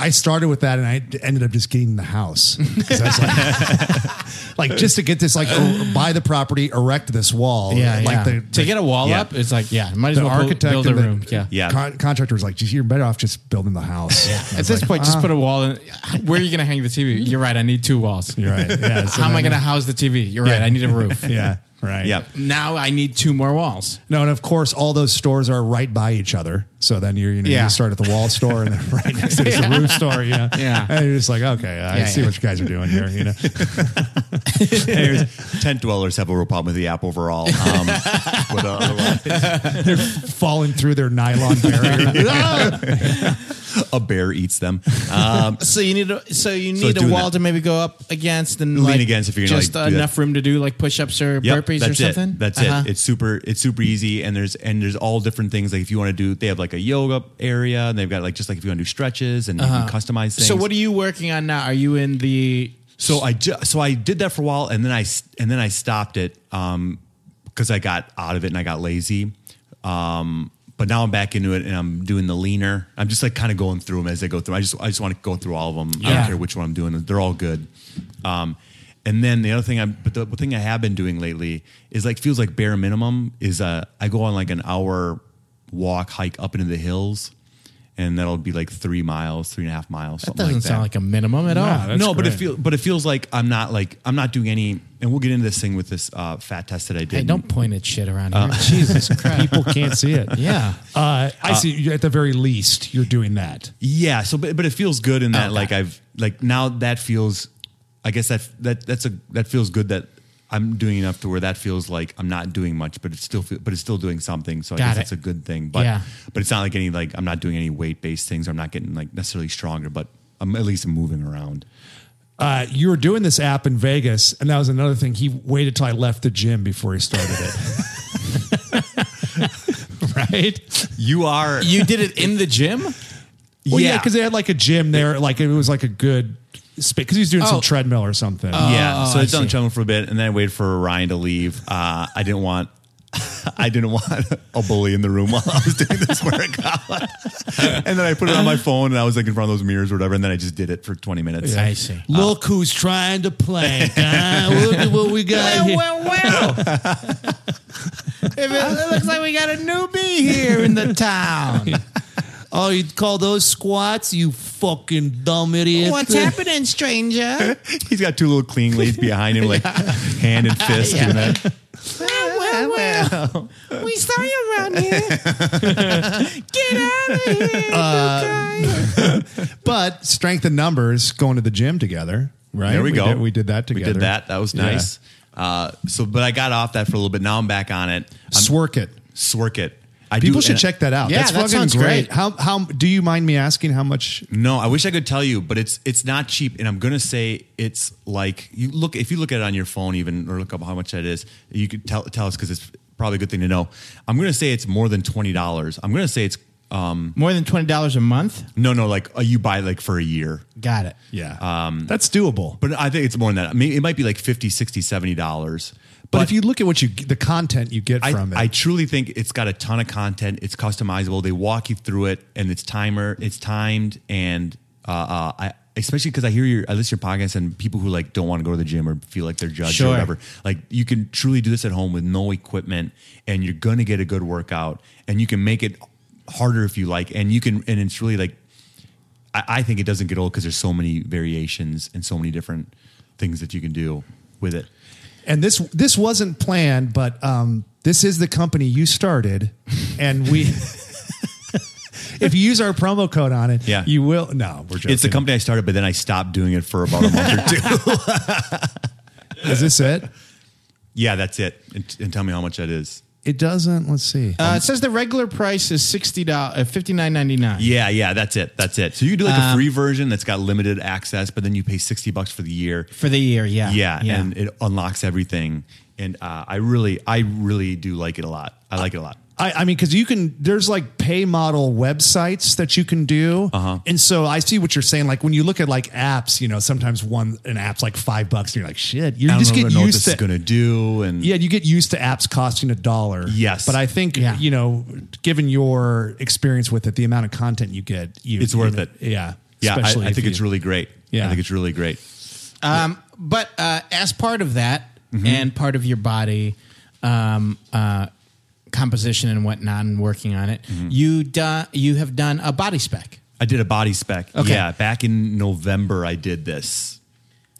I started with that, and I d- ended up just getting the house. 'Cause I was like, like just to get this, like er- buy the property, erect this wall. Yeah, like yeah. The, to get a wall yeah. up, it's like yeah, might as the well bu- architect build a and the room. yeah. Yeah. con- contractor was like, "Geez, you're better off just building the house. Yeah. At this point, just put a wall in. Where are you gonna hang the TV? You're right. I need two walls. You're right. Yeah, so How am I then- gonna house the TV? You're right. I need a roof. Yeah. Right. Yeah. Now I need two more walls. No, and of course, all those stores are right by each other. So then you're, you know, Yeah. you start at the wall store and then right next to it is the roof store. You know? Yeah. And you're just like, okay, I Yeah, see yeah. what you guys are doing here. You know, Anyways, tent dwellers have a real problem with the app overall. Um, but, uh, falling through their nylon barrier. Ah, a bear eats them. Um, So you need a so you need a doing wall that. to maybe go up against and Lean like against if you're gonna, just like, do that. enough room to do like push ups or Yep, burpees or that's it. something. That's Uh-huh. it. It's super. It's super easy, and there's and there's all different things. Like if you want to do, they have like a yoga area, and they've got like just like if you want to do stretches and you can customize things. Uh-huh. So what are you working on now? Are you in the So I ju- so I did that for a while, and then I s- and then I stopped it because I got out of it and I got lazy. Um, but now I'm back into it, and I'm doing the leaner. I'm just like kind of going through them as I go through. I just I just want to go through all of them. I don't Yeah. care which one I'm doing; they're all good. Um, and then the other thing I but the thing I have been doing lately is like feels like bare minimum is uh, I go on like an hour walk hike up into the hills and that'll be like three miles, three and a half miles. That something doesn't like that. sound like a minimum at all. that's no, but it great. feels but it feels like I'm not like I'm not doing any. And we'll get into this thing with this uh, fat test that I did. Hey, don't point at shit around here. Uh, Jesus Christ. People can't see it. Yeah. Uh, I see. You- At the very least, you're doing that. Yeah. So, but but it feels good in that Oh, like I've like now that feels. I guess that that that's a that feels good that I'm doing enough to where that feels like I'm not doing much, but it's still feel, but it's still doing something. So I Got guess it. that's a good thing. But Yeah. but it's not like any like I'm not doing any weight based things. I'm not getting like necessarily stronger, but I'm at least moving around. Uh, you were doing this app in Vegas, and that was another thing. He waited till I left the gym before he started it. right? You are You did it in the gym? Well, yeah, Yeah. because they had like a gym there. Like it was like a good space because he was doing Oh. some treadmill or something. yeah. oh, so I it's on the see. channel for a bit, and then I waited for Ryan to leave. Uh, I didn't want. I didn't want a bully in the room while I was doing this workout. and then I put it on my phone and I was like in front of those mirrors or whatever. And then I just did it for 20 minutes. I see. Look who's trying to play. huh? Look at what we got here. well. it looks like we got a newbie here in the town. Oh, you call those squats? You fucking dumb idiot. happening, stranger? He's got two little clean ladies behind him, like hand and fist. doing that. Well, well, well. We saw you around here. Get out of Uh, here. But strength in numbers, going to the gym together, right? There we, go. Did, we did that together. We did that. That was Yeah. nice. Uh, so, but I got off that for a little bit. Now I'm back on it. I'm Swerk it. Swerk it. I People do, should and- check that out. Yeah, That's that fucking sounds great. great. How how do you mind me asking how much? No, I wish I could tell you, but it's it's not cheap, and I'm gonna say it's like you look if you look at it on your phone, even or look up how much that is, you could tell tell us because it's probably a good thing to know. I'm gonna say it's more than twenty dollars. I'm gonna say it's um More than $20 a month? no no like uh, you buy like for a year, Got it. Mm. Yeah, that's doable. Um, but I think it's more than that. I mean, it might be like 50 60 70 dollars. But, if you look at what you the content you get I, from it, I truly think it's got a ton of content. It's customizable. They walk you through it, and it's timer. It's timed, and uh, uh, I especially because I hear your I listen to your podcast and people who like don't want to go to the gym or feel like they're judged Sure. or whatever. Like you can truly do this at home with no equipment, and you're gonna get a good workout, and you can make it harder if you like, and you can, and it's really like I, I think it doesn't get old because there's so many variations and so many different things that you can do with it. and this this wasn't planned, but um, this is the company you started, and we. if you use our promo code on it, Yeah. you will. No, we're joking. It's the company I started, but then I stopped doing it for about a month or two. Is this it? Yeah, that's it. And, and tell me how much that is. It doesn't. Let's see. Uh, it says the regular price is sixty dollars, uh, fifty nine ninety nine. Yeah, yeah, that's it. That's it. So you do like a Um, free version that's got limited access, but then you pay sixty bucks for the year. For the year, yeah. Yeah, yeah. and it unlocks everything. And uh, I really, I really do like it a lot. I like it a lot. I, I mean, because you can, there's like pay model websites that you can do. Uh-huh. And so I see what you're saying. Like when you look at like apps, you know, sometimes one, an app's like five bucks and you're like, shit, you I don't just even get know what this used is to going to do. And Yeah, you get used to apps costing a dollar. Yes. But I think, Yeah. you know, given your experience with it, the amount of content you get, you, It's worth you know, it. Yeah. yeah, I, I Especially if think it's you- really great. Yeah. I think it's really great. Um, but uh, as part of that and part of your body um, uh, composition and whatnot, and working on it, you do, you have done a body spec. I did a body spec. Okay. Yeah, back in November I did this.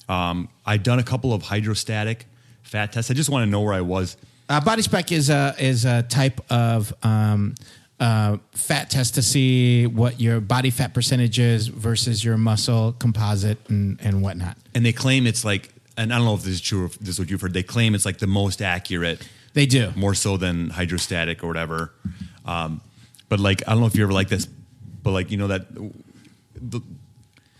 Um, I'd done a couple of hydrostatic fat tests. I just want to know where I was. Uh, body spec is a is a type of um, uh, fat test to see what your body fat percentage is versus your muscle composite and, and whatnot. and they claim it's like and I don't know if this is true or if this is what you've heard. They claim it's like the most accurate, They do. more so than hydrostatic or whatever. Um, but like I don't know if you ever like this, but like you know that, the,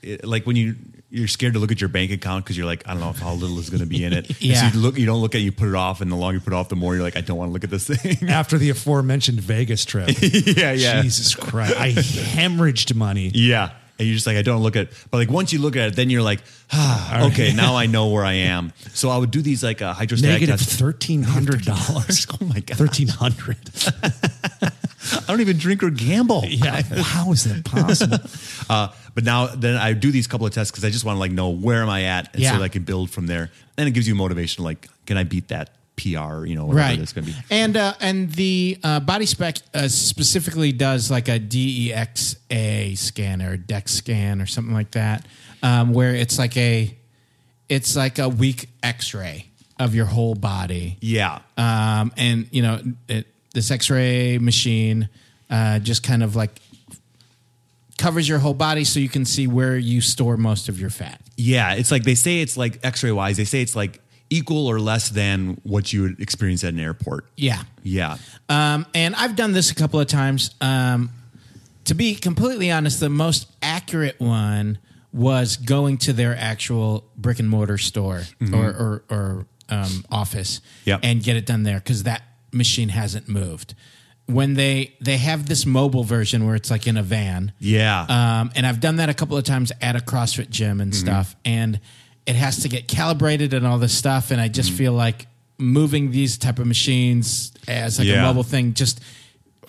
it, like when you you're scared to look at your bank account because you're like I don't know if how little is going to be in it. And Yeah. So you look, you don't look at, it, you put it off, and the longer you put it off, the more you're like I don't want to look at this thing. After the aforementioned Vegas trip, yeah, yeah, Jesus Christ, I hemorrhaged money. yeah. And you're just like I don't look at, it. but like once you look at it, then you're like, ah, okay, now I know where I am. So I would do these like uh, hydrostatic Negative tests. thirteen hundred dollars. Oh my God. thirteen hundred. I don't even drink or gamble. Yeah, how is that possible? Uh, but now then I do these couple of tests because I just want to like know where am I at, and Yeah. so that I can build from there. And it gives you motivation. Like, can I beat that PR, you know, whatever right. that's going to be. And uh, and the uh, body spec uh, specifically does like a DEXA scan or DEX scan or something like that, um, where it's like a it's like a weak X-ray of your whole body. Yeah. Um, and you know it, this X-ray machine uh, just kind of like covers your whole body so you can see where you store most of your fat. Yeah, it's like they say it's like X-ray wise. They say it's like equal or less than what you would experience at an airport. Yeah. Yeah, Um, and I've done this a couple of times. Um, to be completely honest, the most accurate one was going to their actual brick and mortar store or, or, or um, office Yep. and get it done there because that machine hasn't moved. When they they have this mobile version where it's like in a van, Yeah. Um, and I've done that a couple of times at a CrossFit gym and stuff, and it has to get calibrated and all this stuff, and I just feel like moving these type of machines as like Yeah. a mobile thing just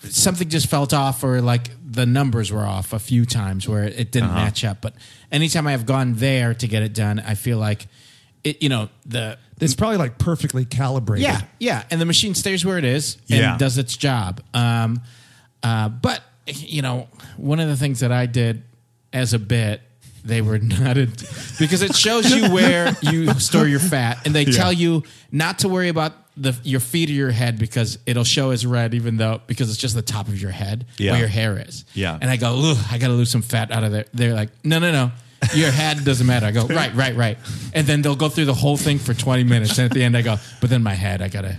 something just felt off or like the numbers were off a few times where it didn't match up but anytime i have gone there to get it done i feel like it you know the It's probably like perfectly calibrated. yeah, yeah, and the machine stays where it is and Yeah. does its job. Um, uh, but you know, one of the things that I did as a bit, they were not in, because it shows you where you store your fat, and they tell you not to worry about the your feet or your head because it'll show as red, even though because it's just the top of your head Yeah. where your hair is. Yeah. and I go, Ugh, I got to lose some fat out of there. They're like, no, no, no. Your head doesn't matter. I go, right, right, right. And then they'll go through the whole thing for 20 minutes. And at the end, I go, but then my head, I got to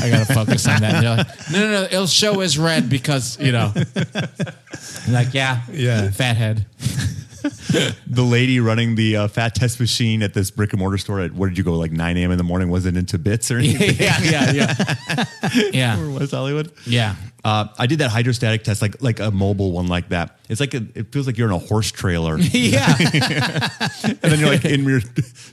I gotta focus on that. And they're like, no, no, no. It'll show as red because, you know. I'm like, yeah, Yeah. fat head. the lady running the uh, fat test machine at this brick and mortar store at what did you go like 9 a.m. in the morning? Was it into bits or anything? yeah, yeah, yeah. Yeah, West Hollywood. yeah. Uh, I did that hydrostatic test, like like a mobile one, like that. It's like a, it feels like you're in a horse trailer, and Yeah, then you're like in your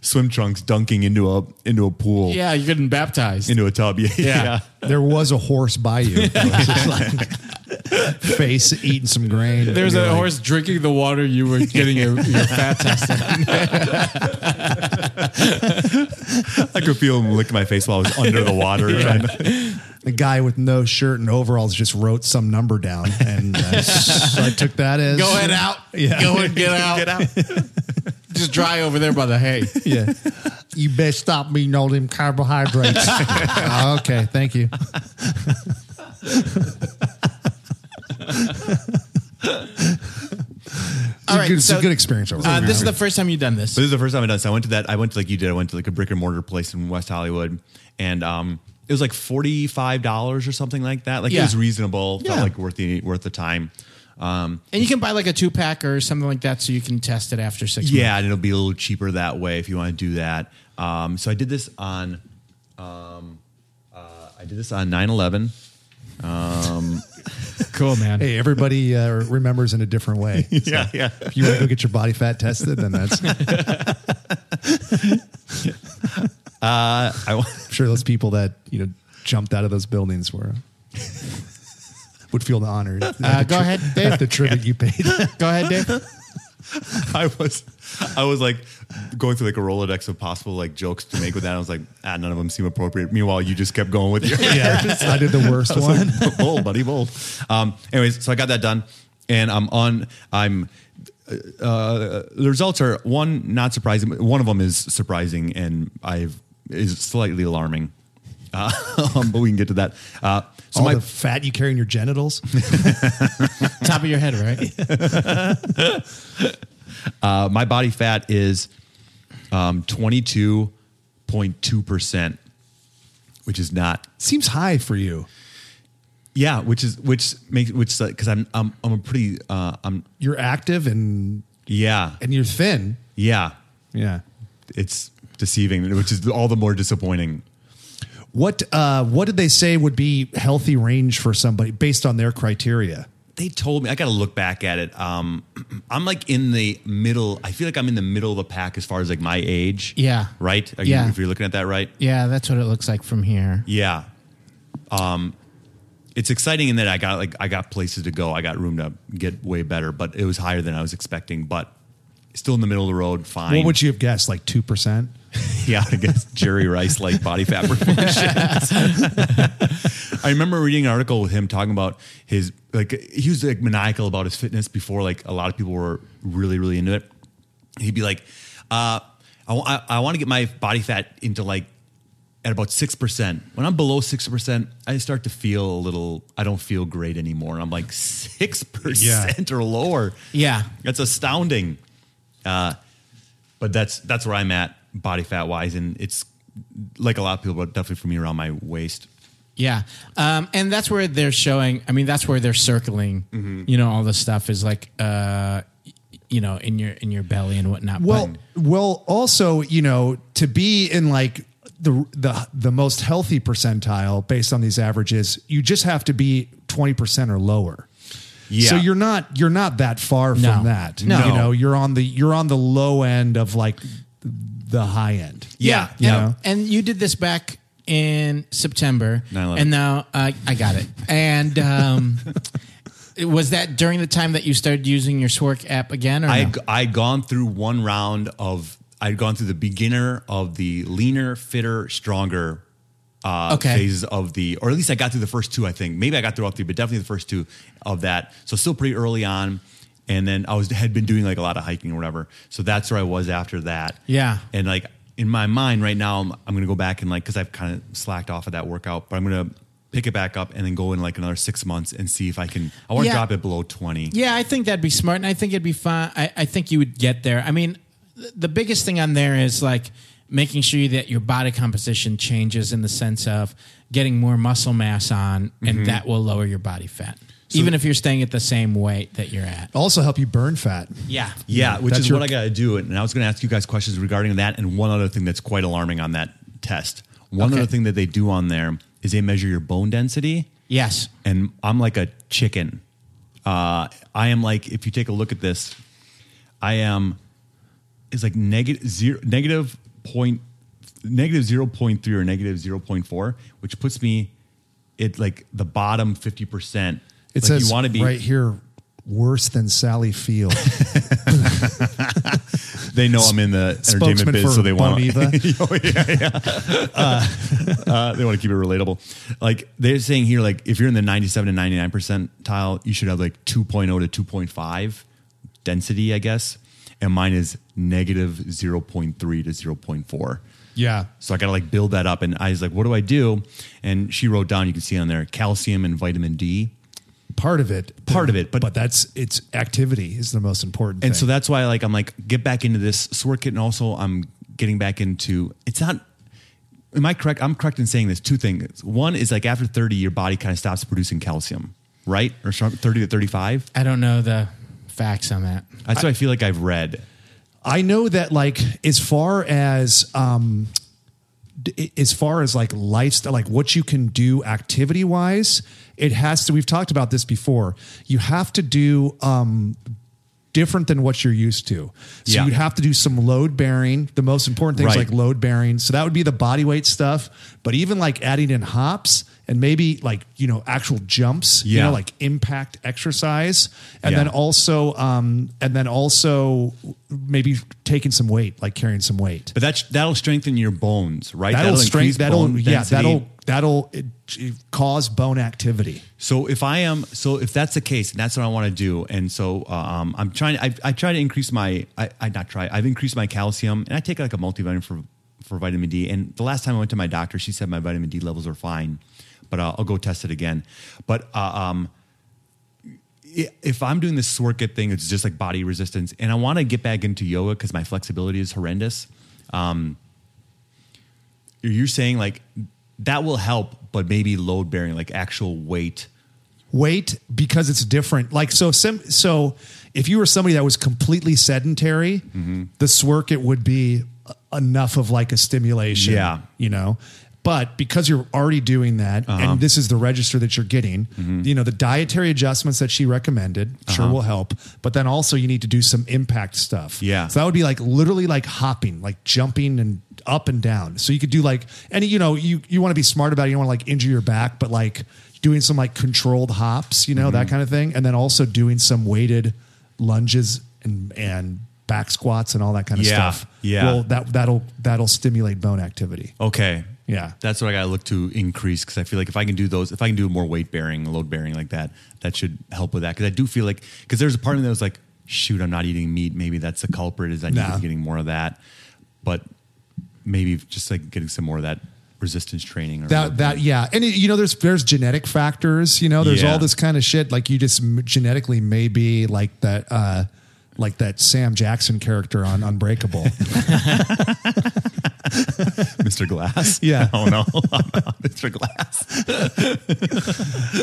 swim trunks dunking into a into a pool, yeah, you're getting baptized. into a tub. Yeah, Yeah. There was a horse by you. face eating some grain. There's a horse drinking the water you were getting your, your fat tested. I could feel him lick my face while I was under the water. trying to- the guy with no shirt and overalls just wrote some number down, and uh, so I took that as Go ahead out. Yeah. Go and get out. Get out. Just dry over there by the hay. Yeah, You better stop me all them carbohydrates. Ah, okay, thank you. All right. good, it's so a good experience overall. uh, this is the first time you've done this. But this is the first time I've done this. I went to that. I went to like you did. I went to like a brick and mortar place in West Hollywood, and um, it was like forty five dollars or something like that. Like it Yeah. was reasonable. Felt Yeah. like worth the worth the time. Um, And you can buy like a two pack or something like that so you can test it after six months. yeah, and it'll be a little cheaper that way if you want to do that. Um, so I did this on, um, uh, I did this on nine eleven. Cool, man. Hey, everybody uh, remembers in a different way. Yeah, yeah. If you want to go get your body fat tested, then that's. I'm I, sure those people that you know jumped out of those buildings were would feel honored. Uh, go ahead, Dave. at the tribute you paid. Go ahead, Dave. I was, I was like going through like a rolodex of possible like jokes to make with that. I was like, ah, none of them seem appropriate. Meanwhile, you just kept going with your. yeah, I did the worst one. Like, bold, buddy, bold. Um, anyways, so I got that done, and I'm on. I'm. Uh, the results are one not surprising. but One of them is surprising, and I've is slightly alarming. Uh, but we can get to that. Uh, so All my the fat you carry in your genitals. Top of your head, right? uh, my body fat is um, twenty two point two percent, which is not Seems high for you. yeah, which is which makes which because I'm, I'm I'm a pretty uh, I'm You're active and yeah and you're thin. yeah Yeah. it's deceiving, which is all the more disappointing. What uh, what did they say would be healthy range for somebody based on their criteria? They told me I got to look back at it. Um, I'm like in the middle. I feel like I'm in the middle of the pack as far as like my age. Yeah. Right. Are Yeah. You, if you're looking at that right. Yeah, that's what it looks like from here. Yeah. Um, it's exciting in that I got like I got places to go. I got room to get way better, but it was higher than I was expecting. But still in the middle of the road. Fine. What would you have guessed? Like two percent? yeah, I guess Jerry Rice like body fat proportions. I remember reading an article with him talking about his like he was like maniacal about his fitness before like a lot of people were really really into it. He'd be like, uh, I, wa- I, I want to get my body fat into like at about six percent. When I'm below six percent, I start to feel a little. I don't feel great anymore. And I'm like six percent or lower. Yeah. that's astounding Uh, but that's that's where I'm at body fat wise, and it's like a lot of people, but definitely for me around my waist. Yeah, um, and that's where they're showing. I mean, that's where they're circling. You know, all this stuff is like, uh, y- you know, in your in your belly and whatnot. Well, but, well, also, you know, to be in like the the the most healthy percentile based on these averages, you just have to be twenty percent or lower. Yeah. So you're not you're not that far No. from that. No. You know, you're on the you're on the low end of like the high end. Yeah, yeah. And, and you did this back in September, 9/11. and now uh, I got it. And um, was that during the time that you started using your Swerk app again? Or I no? I'd gone through one round of I'd gone through the beginner of the leaner, fitter, stronger uh, Okay. phases of the, or at least I got through the first two. I think maybe I got through all three, but definitely the first two of that. So still pretty early on. And then I was had been doing like a lot of hiking or whatever, so that's where I was after that. Yeah. and like in my mind right now, I'm, I'm gonna go back and like because I've kind of slacked off of that workout, but I'm gonna pick it back up and then go in like another six months and see if I can. I want to Yeah. drop it below twenty. Yeah, I think that'd be smart, and I think it'd be fun. I, I think you would get there. I mean, th- the biggest thing on there is like making sure that your body composition changes in the sense of getting more muscle mass on, and that will lower your body fat, even if you're staying at the same weight that you're at. Also help you burn fat. Yeah, Yeah, which That's is your- what I got to do. And I was going to ask you guys questions regarding that and one other thing that's quite alarming on that test. One Okay. other thing that they do on there is they measure your bone density. Yes. And I'm like a chicken. Uh, I am like, if you take a look at this, I am is like negative zero negative point negative zero point three or negative zero point four, which puts me at like the bottom fifty percent. It like says you want to be right here worse than Sally Field. They know I'm in the entertainment Spokesman for biz, so they want Boniva. uh, they want to keep it relatable. Like they're saying here, like if you're in the 97 to 99 percentile, you should have like 2.0 to 2.5 density, I guess. And mine is negative 0.3 to 0.4. yeah. So I got to like build that up. And I was like, what do I do? And she wrote down, you can see on there, calcium and vitamin D. Part of it. Part of it, but- but that's it's activity is the most important And thing. so that's why like I'm like get back into this sword kit and also I'm getting back into it's not am I correct I'm correct in saying this two things. One is like after 30 your body kind of stops producing calcium, right? Or some- 30 to 35. I don't know the facts on that. That's what I feel like I've read. I know that like as far as um d- as far as like lifestyle like what you can do activity wise it has to we've talked about this before you have to do um different than what you're used to so Yeah. you'd have to do some load bearing the most important things Right. like load bearing so that would be the body weight stuff but even like adding in hops and maybe like you know actual jumps you Yeah. know like impact exercise and Yeah. then also um and then also maybe taking some weight like carrying some weight But that's that'll strengthen your bones, right? that'll, strengthen increase that'll bone yeah density. that'll that'll uh, g- cause bone activity So if I am, so if that's the case, and that's what I want to do, and so um, I'm trying. I, I try to increase my. I, I not try. I've increased my calcium, and I take like a multivitamin for for vitamin D. And the last time I went to my doctor, she said my vitamin D levels are fine, but uh, I'll go test it again. But uh, um, i- if I'm doing this circuit thing, it's just like body resistance, and I want to get back into yoga because my flexibility is horrendous. You're you're saying like that will help, but maybe load bearing, like actual weight. weight because it's different like so sim- so if you were somebody that was completely sedentary Mm-hmm. the swerk it would be enough of like a stimulation Yeah. you know but because you're already doing that Uh-huh. and this is the register that you're getting Mm-hmm. you know the dietary adjustments that she recommended sure Uh-huh. will help but then also you need to do some impact stuff Yeah. so that would be like literally like hopping like jumping and up and down so you could do like any you know you you want to be smart about it you don't want to like injure your back but like doing some like controlled Mm-hmm. hops you know that kind of thing and then also doing some weighted lunges and and back squats and all that kind of Yeah, stuff. yeah. Well, that that'll that'll stimulate bone activity. Okay. Yeah. That's what I got to look to increase because I feel like if I can do those, if I can do more weight bearing, load bearing like that, that should help with that. Because I do feel like, because there's a part of me that was like, shoot, I'm not eating meat. Maybe that's the culprit is I need to Nah. be getting more of that. But maybe just like getting some more of that resistance training. Or That that yeah, and you know, there's there's genetic factors. You know, there's Yeah. all this kind of shit. Like you just m- genetically may be like that, uh, like that Sam Jackson character on Unbreakable. Mr. Glass. Yeah. Oh no, Mr. Glass.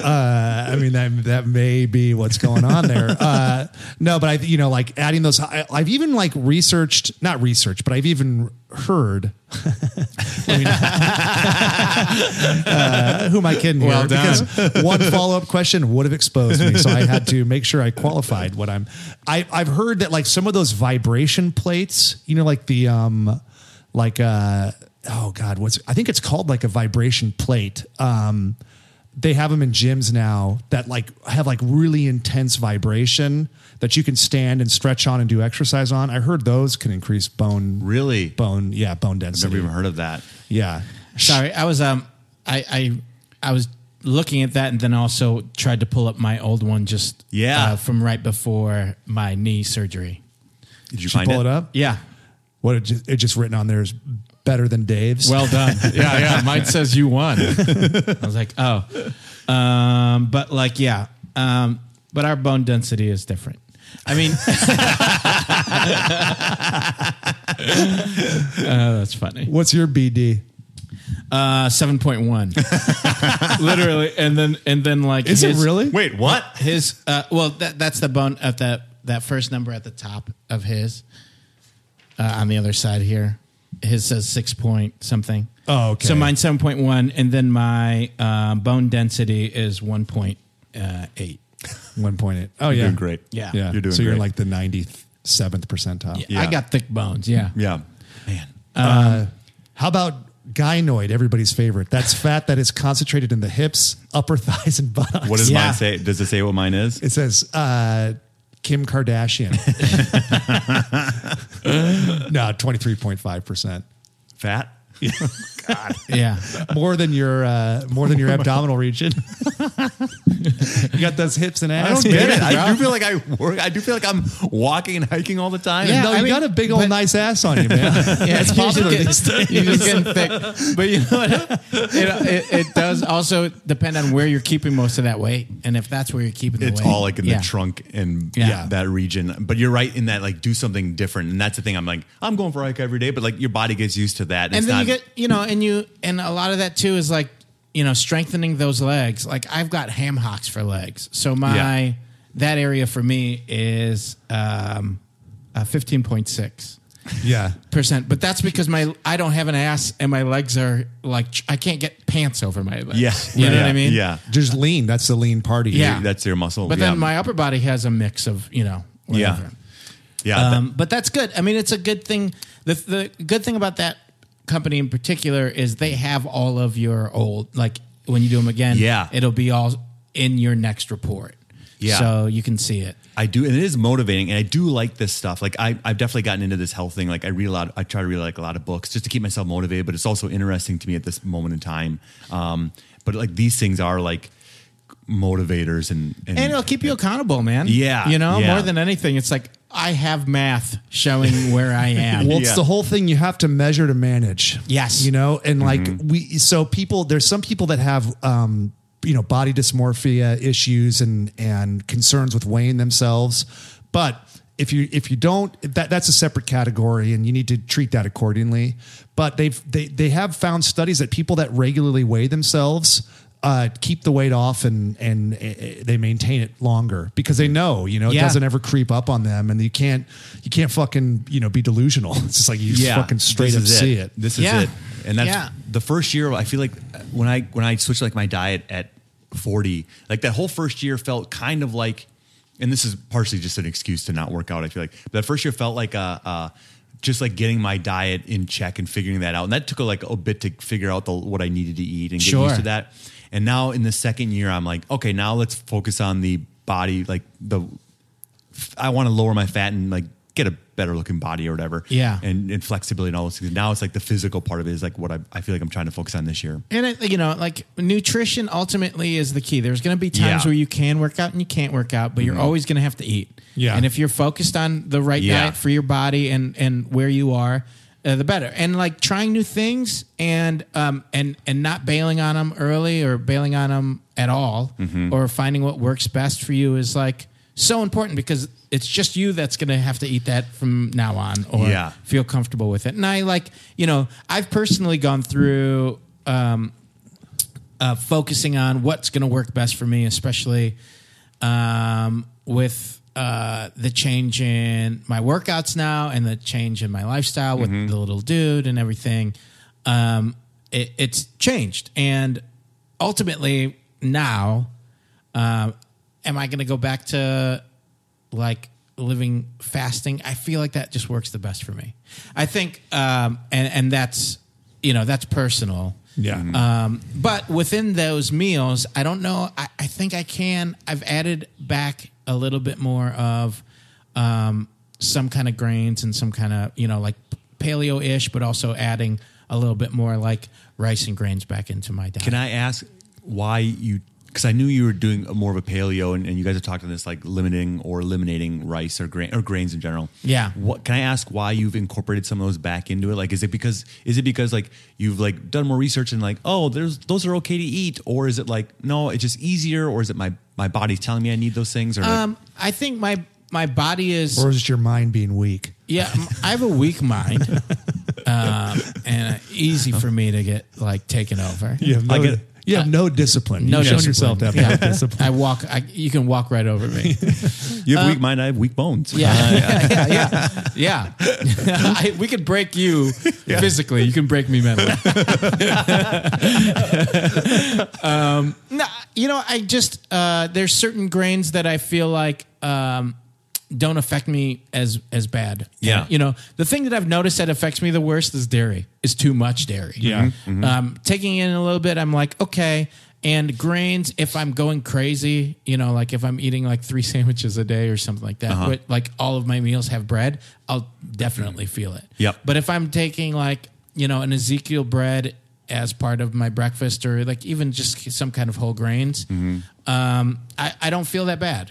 I mean, that that may be what's going on there. Uh, no, but I you know like adding those. I, I've even like researched, not researched, but I've even heard. I mean, uh, who am I kidding? Well here? Because one follow up question would have exposed me, so I had to make sure I qualified what I'm. I I've heard that like some of those vibration plates, you know, like the um, like uh. Oh God! What's I think it's called like a vibration plate. Um, they have them in gyms now that like have like really intense vibration that you can stand and stretch on and do exercise on. I heard those can increase bone Really? bone yeah bone Never density. even heard of that. Yeah, Sorry, I was um, I I I was looking at that, and then also tried to pull up my old one just Yeah. uh, from right before my knee surgery. Did you Should find pull it, up. Yeah, What it just, it just written on there is better than Dave's. Well done. Yeah, yeah. Mine says you won. I was like, oh, um, but like yeah, um, but our bone density is different. I mean, oh, Oh, that's funny. what's your BD? Uh, seven point one, literally, and then and then like Is his- it really? Wait, what? his? Uh, well, that that's the bone at that that first number at the top of his. Uh, on the other side here, his says six point something. Oh, okay. So mine's seven point one, and then my uh, bone density is one point uh, eight. One point eight. Oh yeah, doing great. Yeah. yeah. You're doing so you're in great. like the ninety seventh percentile. I got thick bones. Yeah. Yeah. Man. How about gynoid? Everybody's favorite. That's fat that is concentrated in the hips, upper thighs, and buttocks. What does Yeah. mine say? Does it say what mine is? It says uh, Kim Kardashian. no, twenty three point five percent Fat? Yeah. more than your uh, more than your abdominal region. you got those hips and ass. baby. Oh, I do feel like I work. I do feel like I'm walking and hiking all the time. Yeah. no, you I mean, got a big old but- nice ass on you, man. Yeah, it's popular just getting, You're just getting thick, but you know what? It, it, it does also depend on where you're keeping most of that weight, and if that's where you're keeping the It's weight, all like in Oh, yeah. the trunk and Yeah. yeah, that region. But you're right in that like do something different, and that's the thing. I'm like I'm going for a hike every day, but like your body gets used to that. and it's then not, you get you know and you and a lot of that too is like you know strengthening those legs like i've got ham hocks for legs so my Yeah. that area for me is um uh, 15.6 yeah. percent but that's because my i don't have an ass and my legs are like i can't get pants over my legs yeah, you know yeah, what i mean Yeah, Just lean. That's the lean party. Oh, Yeah. that's your muscle. but yeah. then my upper body has a mix of you know yeah, whatever. yeah, that- Um, but that's good. I mean, it's a good thing. The, the good thing about that company in particular is they have all of your old, like when you do them again, Yeah. it'll be all in your next report. Yeah. So you can see it. I do, and it is motivating, and I do like this stuff. Like I, I've definitely gotten into this health thing. Like I read a lot, I try to read like a lot of books just to keep myself motivated. But it's also interesting to me at this moment in time. Um, but like these things are like motivators, and and, And it'll keep you accountable, man. Yeah. You know, Yeah. more than anything, it's like I have math showing where I am. Well, it's the whole thing you have to measure to manage. Yes. You know, and like we, so people, there's some people that have, um, you know, body dysmorphia issues and, and concerns with weighing themselves. But if you, if you don't, that, that's a separate category and you need to treat that accordingly. But they've, they, they have found studies that people that regularly weigh themselves, uh, keep the weight off and, and uh, they maintain it longer because they know, you know, it Yeah. doesn't ever creep up on them and you can't, you can't fucking, you know, be delusional. It's just like you yeah, fucking straight this up is see it. it. This is Yeah. it, and that's Yeah. the first year. I feel like uh, when I when I switched like my diet at forty, like that whole first year felt kind of like, and this is partially just an excuse to not work out. I feel like but that first year felt like uh, uh, just like getting my diet in check and figuring that out, and that took like a bit to figure out the, what I needed to eat and get Sure. used to that. And now in the second year, I'm like, okay, now let's focus on the body, like the I want to lower my fat and like get a better looking body or whatever. Yeah. And, and flexibility and all those things. Now it's like the physical part of it is like what I, I feel like I'm trying to focus on this year. And it, you know, like nutrition ultimately is the key. There's going to be times Yeah. Mm-hmm. where you can work out and you can't work out, but you're always going to have to eat. Yeah. And if you're focused on the right Yeah. diet for your body and and where you are, uh, the better. And like trying new things and um and and not bailing on them early or bailing on them at all or finding what works best for you is like so important because it's just you that's going to have to eat that from now on or Yeah. feel comfortable with it. And I like, you know, I've personally gone through um, uh, focusing on what's going to work best for me, especially um, with uh, the change in my workouts now and the change in my lifestyle with the little dude and everything. Um, it, it's changed. And ultimately, now, um, am I going to go back to like living fasting? I feel like that just works the best for me. I think, um, and and that's you know that's personal. Yeah. Um, but within those meals, I don't know. I, I think I can. I've added back a little bit more of um, some kind of grains and some kind of you know like paleo ish, but also adding a little bit more like rice and grains back into my diet. Can I ask why you? Because I knew you were doing more of a paleo, and, and you guys have talked on this, like limiting or eliminating rice or grain or grains in general. Yeah. What can I ask? Why you've incorporated some of those back into it? Like, is it because is it because like you've like done more research and like oh, there's those are okay to eat, or is it like no, it's just easier, or is it my my body's telling me I need those things, or like, Um, I think my my body is or is it your mind being weak? Yeah, m- I have a weak mind, um, and uh, easy for me to get like taken over. You have no, I get- you have no discipline. No You've shown discipline. yourself to have Yeah. no discipline. I walk. I, you can walk right over me. you have weak mind, I have weak bones. um, Yeah, yeah, yeah, yeah. I, we could break you physically. You can break me mentally. um, no, you know, I just uh, there's certain grains that I feel like um, don't affect me as as bad. Yeah. you know, the thing that I've noticed that affects me the worst is dairy. Is too much dairy. Yeah. Um, taking in a little bit, I'm like, okay. And grains, if I'm going crazy, you know, like if I'm eating like three sandwiches a day or something like that, but like all of my meals have bread, I'll definitely feel it. Yep. But if I'm taking like, you know, an Ezekiel bread as part of my breakfast or like even just some kind of whole grains, um, I, I don't feel that bad.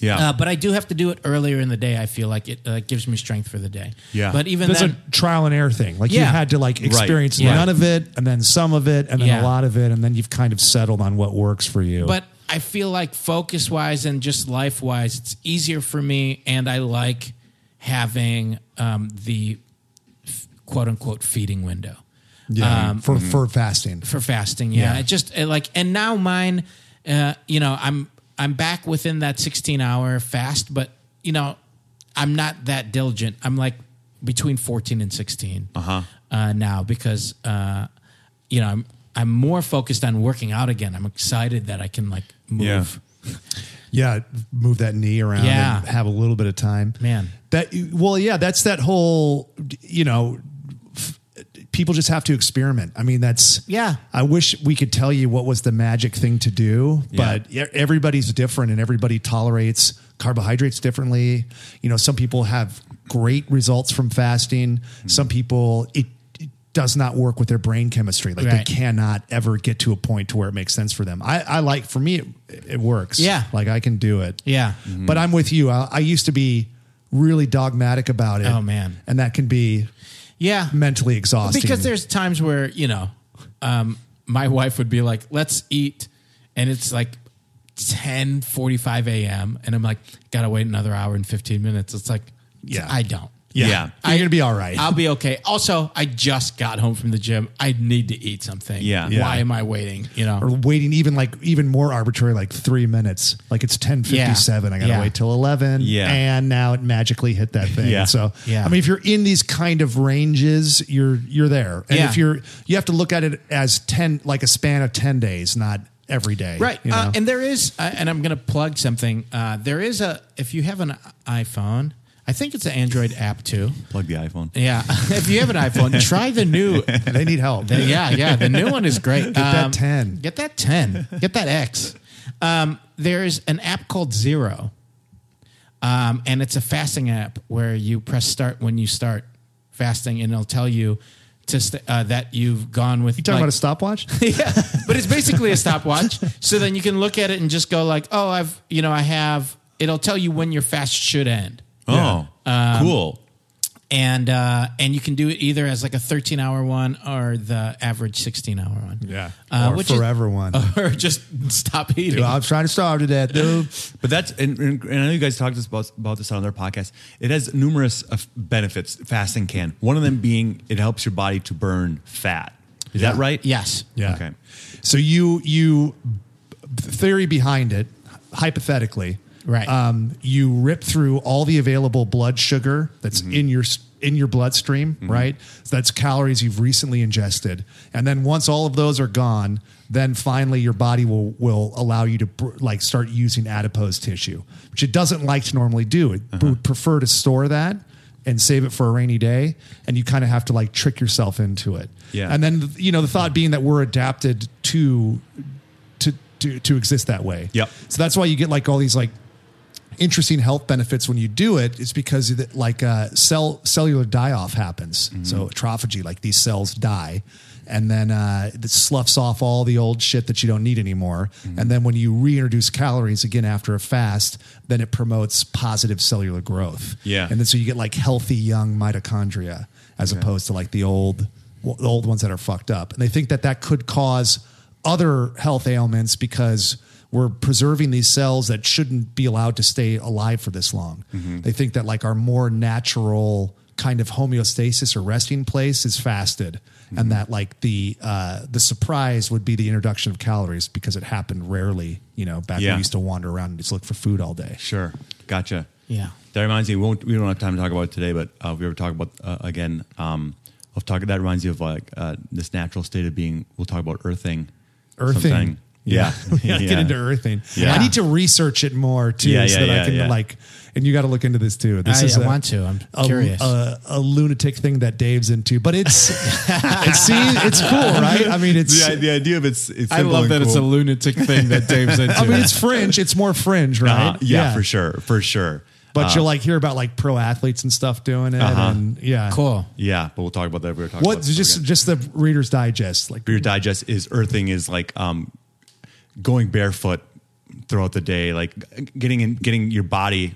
yeah. Uh, but I do have to do it earlier in the day. I feel like it uh, gives me strength for the day. Yeah. But even That's then, a trial and error thing. Like you Yeah. had to like experience Yeah. none of it and then some of it and then Yeah. a lot of it and then you've kind of settled on what works for you. but I feel like focus wise and just life wise, it's easier for me, and I like having um, the quote unquote feeding window yeah, um, for Mhm. for fasting. for fasting. Yeah, Yeah. it just it like and now mine, uh, you know, I'm I'm back within that 16 hour fast, but you know, I'm not that diligent. I'm like between 14 and 16 uh-huh. now because uh, you know I'm I'm more focused on working out again. I'm excited that I can like move. Yeah. Yeah, move that knee around Yeah. and have a little bit of time. Man. That well, yeah, that's that whole you know f- people just have to experiment. I mean, that's Yeah. I wish we could tell you what was the magic thing to do, but e- everybody's different and everybody tolerates carbohydrates differently. You know, some people have great results from fasting. Mm-hmm. Some people it, it does not work with their brain chemistry. Like Right. they cannot ever get to a point to where it makes sense for them. I, I like for me it, it works. Yeah. Like I can do it. Yeah. Mm-hmm. But I'm with you. I, I used to be really dogmatic about it. Oh, man. And that can be Yeah. mentally exhausting. Because there's times where, you know, um, my wife would be like, let's eat. And it's like 10 45 a.m. And I'm like, gotta wait another hour and 15 minutes. It's like, Yeah. I don't. yeah. Yeah. You're going to be all right. I'll be okay. Also, I just got home from the gym. I need to eat something. Yeah. Why Yeah. am I waiting? You know, or waiting even like even more arbitrary like three minutes like it's 1057 i gotta Yeah. wait till 11 Yeah. and now it magically hit that thing Yeah. so Yeah. i mean if you're in these kind of ranges you're you're there and Yeah. if you're you have to look at it as 10 like a span of 10 days not every day Right. you Uh, know? and there is, uh, and I'm going to plug something. Uh, there is a, if you have an iPhone, I think it's an Android app too. Plug the iPhone. Yeah. if you have an iPhone, try the new they need help The- yeah, yeah. The new one is great. Get that 10. Get that 10. Get that X. Um, there's an app called Zero. Um, and it's a fasting app where you press start when you start fasting, and it'll tell you to st- uh, that you've gone with. You talking about a stopwatch? yeah, but it's basically a stopwatch. So then you can look at it and just go like, oh, I've you know I have. It'll tell you when your fast should end, Oh, cool. and uh, and you can do it either as like a thirteen hour one or the average sixteen hour one. Yeah. uh, Or which forever one. Is, or just stop eating. Dude, I'm trying to starve to death, dude. But that's and, and and I know you guys talked about, about this on other podcasts. It has numerous uh, benefits. Fasting can one of them being it helps your body to burn fat. Is that right? Yes. Yeah. Okay. So you you theory behind it, hypothetically, Right. Um, you rip through all the available blood sugar that's Mm-hmm. in your s- in your bloodstream, right? So that's calories you've recently ingested, and then once all of those are gone, then finally your body will will allow you to br- like start using adipose tissue, which it doesn't like to normally do. It Uh-huh. would prefer to store that and save it for a rainy day, and you kind of have to like trick yourself into it. Yeah. And then you know the thought being that we're adapted to to to, to exist that way. Yep. So that's why you get like all these like interesting health benefits when you do it. It's because of the, like uh, cell cellular die off happens. So autophagy, like these cells die. And then uh, it sloughs off all the old shit that you don't need anymore. And then when you reintroduce calories again after a fast, then it promotes positive cellular growth. Yeah. And then so you get like healthy young mitochondria as opposed to like the old the old ones that are fucked up. And they think that that could cause other health ailments because we're preserving these cells that shouldn't be allowed to stay alive for this long. They think that like our more natural kind of homeostasis or resting place is fasted. And that like the uh, the surprise would be the introduction of calories because it happened rarely, you know, back when Yeah. we used to wander around and just look for food all day. Sure. Gotcha. Yeah. That reminds me. We, won't, we don't have time to talk about it today, but uh, if we ever talk about uh, again. Um, of talk that reminds you of like uh, this natural state of being. We'll talk about earthing. Earthing. sometime. Yeah. yeah. Yeah. get into earthing. Yeah. I need to research it more too, Yeah, so yeah, that yeah, I can yeah. like. And you got to look into this too. This I- is I a- want to. I'm a- curious. A, a lunatic thing that Dave's into, but it's it seems it's cool, right? I mean, it's The, the idea of it's. it's I simple love and that it's a cool. lunatic thing that Dave's into. I mean it's fringe. It's more fringe, right? Uh, yeah, for sure, Uh-huh. for sure. But you'll like hear about like pro athletes and stuff doing it, Uh-huh. and yeah, Cool. Yeah, but we'll talk about that. if We were talking What about this just again. just the Reader's Digest, like Beer Digest is earthing is like um, going barefoot throughout the day, like getting in, getting your body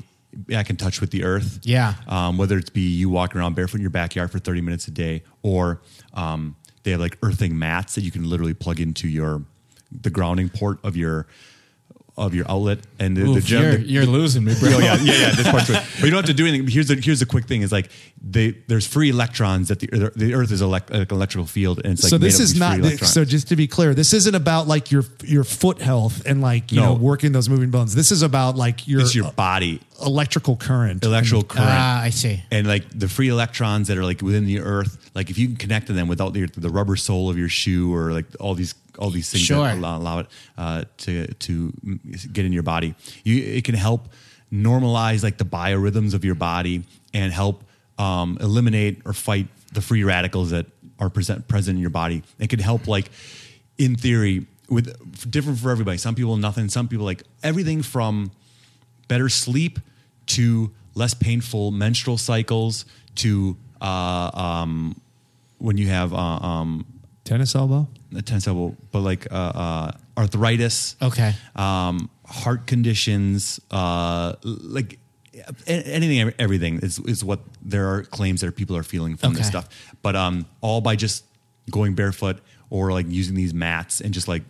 back in touch with the earth. Yeah. Um, whether it's be you walking around barefoot in your backyard for 30 minutes a day, or um, they have like earthing mats that you can literally plug into your the grounding port of your of your outlet and the, the Oof, gym. you're, the- you're losing me, bro. Oh, yeah, yeah, yeah. This part's right. But you don't have to do anything. Here's the here's the quick thing: is like they there's free electrons that the the Earth is elect, like an electrical field, and it's like so made this up of is these free not electrons. so just to be clear this isn't about like your your foot health and like you No. know working those moving bones this is about like your, it's your body, electrical current electrical current, Ah, I see. and like the free electrons that are like within the Earth. Like if you can connect to them without the the rubber sole of your shoe or like all these all these things Sure. that allow, allow it uh, to to mm, get in your body, you it can help normalize like the biorhythms of your body and help um, eliminate or fight the free radicals that are present present in your body. It can help like in theory with different for everybody. Some people nothing. Some people like everything from better sleep to less painful menstrual cycles to uh, um, when you have uh, um, tennis elbow a tennis elbow, but like uh, uh, arthritis, Okay. um, heart conditions, uh, like a- anything, everything is is what there are claims that people are feeling from this Okay. stuff. But um, all by just going barefoot or like using these mats and just like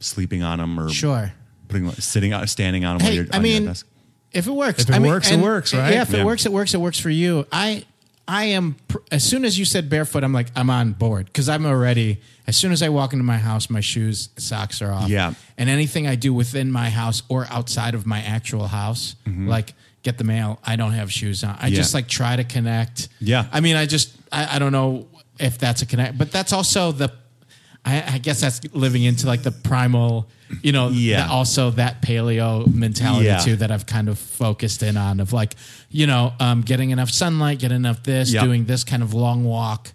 sleeping on them or Sure. putting sitting out standing on them. Hey, while you're, I on your mean, desk. if it works, If it I mean, works, it and- works, right? Yeah, if Yeah. it works, it works. It works for you. I, I am. pr- As soon as you said barefoot, I'm like, I'm on board because I'm already. As soon as I walk into my house, my shoes, socks are off. Yeah. and anything I do within my house or outside of my actual house, like get the mail, I don't have shoes on. I Mm-hmm. Yeah. just like try to connect. Yeah. I mean, I just, I, I don't know if that's a connect, but that's also the. I, I guess that's living into like the primal, you know, Yeah. the- also that paleo mentality Yeah. too that I've kind of focused in on of like, you know, um, getting enough sunlight, getting enough this, Yeah. Oh. doing this kind of long walk,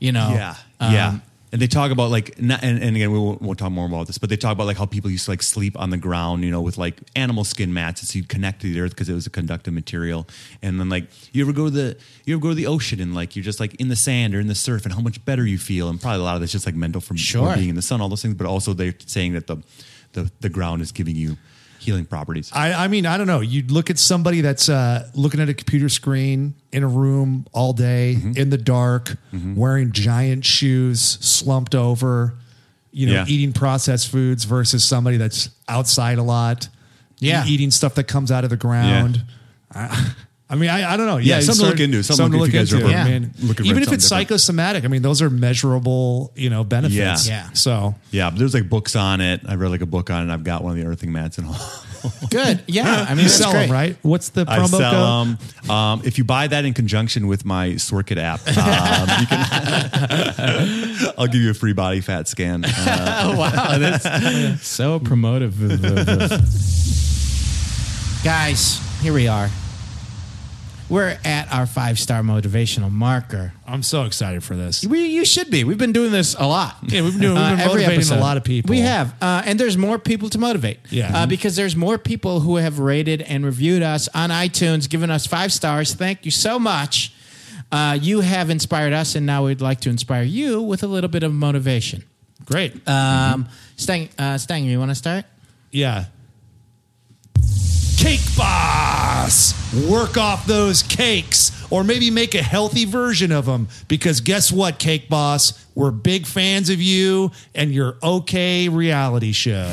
you know. Um, Yeah, yeah. and they talk about like, not, and, and again, we won't, won't talk more about this, but they talk about like how people used to like sleep on the ground, you know, with like animal skin mats, and so you connect to the earth because it was a conductive material. And then like, you ever go to the, you ever go to the ocean and like you're just like in the sand or in the surf, and how much better you feel, and probably a lot of that's just like mental from Sure. from being in the sun, all those things. But also they're saying that the, the the ground is giving you healing properties. I, I mean, I don't know. You look at somebody that's uh, looking at a computer screen in a room all day Mm-hmm. in the dark, wearing giant shoes, slumped over, you know, Yeah. eating processed foods versus somebody that's outside a lot, Yeah. e- eating stuff that comes out of the ground. I, I mean, I, I don't know. Yeah, Yeah, something to sort- look into. Something if you guys are into. ever I mean, looking for even if something it's different. psychosomatic, I mean, those are measurable, you know, benefits. Yeah. Yeah. So Yeah, but there's like books on it. I read like a book on it. I've got one of the earthing mats and all. Good. Yeah. I mean, you that's sell great. them, right? What's the I promo code? sell them. Um, if you buy that in conjunction with my Sorkit app, um, you can, I'll give you a free body fat scan. Uh, wow, that's so promotive. Guys, here we are. We're at our five star motivational marker. I'm so excited for this. We, you should be. We've been doing this a lot. Uh, Yeah, we've been doing- we've been every motivating a episode. lot of people. We have, uh, and there's more people to motivate. Yeah. uh, because there's more people who have rated and reviewed us on iTunes, given us five stars. Thank you so much. Uh, you have inspired us, and now we'd like to inspire you with a little bit of motivation. Great. Um, Stang, uh, Stanger, you want to start? Yeah. Cake Boss! Work off those cakes or maybe make a healthy version of them because guess what, Cake Boss? We're big fans of you and your okay reality show.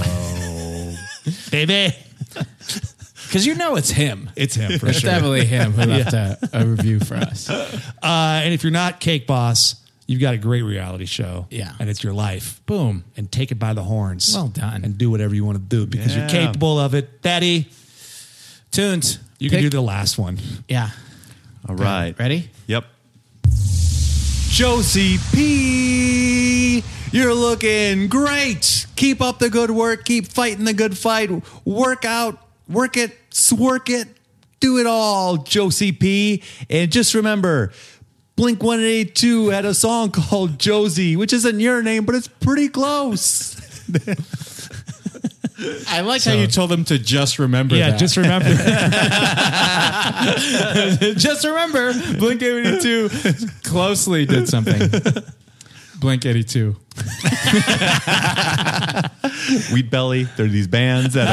Baby. Because you know it's him. It's him for It's sure. definitely him who left a, a review for us. Uh, and if you're not Cake Boss, you've got a great reality show. Yeah. And it's your life. Boom. And take it by the horns. Well done. And do whatever you want to do because you're Yeah. capable of it. Daddy, Tunes. you can do the last one. Yeah. all right. Ready? Yep. Josie P, you're looking great. Keep up the good work. Keep fighting the good fight. Work out, work it, swork it, do it all, Josie P. And just remember, Blink 182 had a song called Josie, which isn't your name, but it's pretty close. I like how you told them to just remember Uh, Yeah, that. just remember. just remember Blink 82 closely did something. Blink 82. Wheat Belly, there are these bands that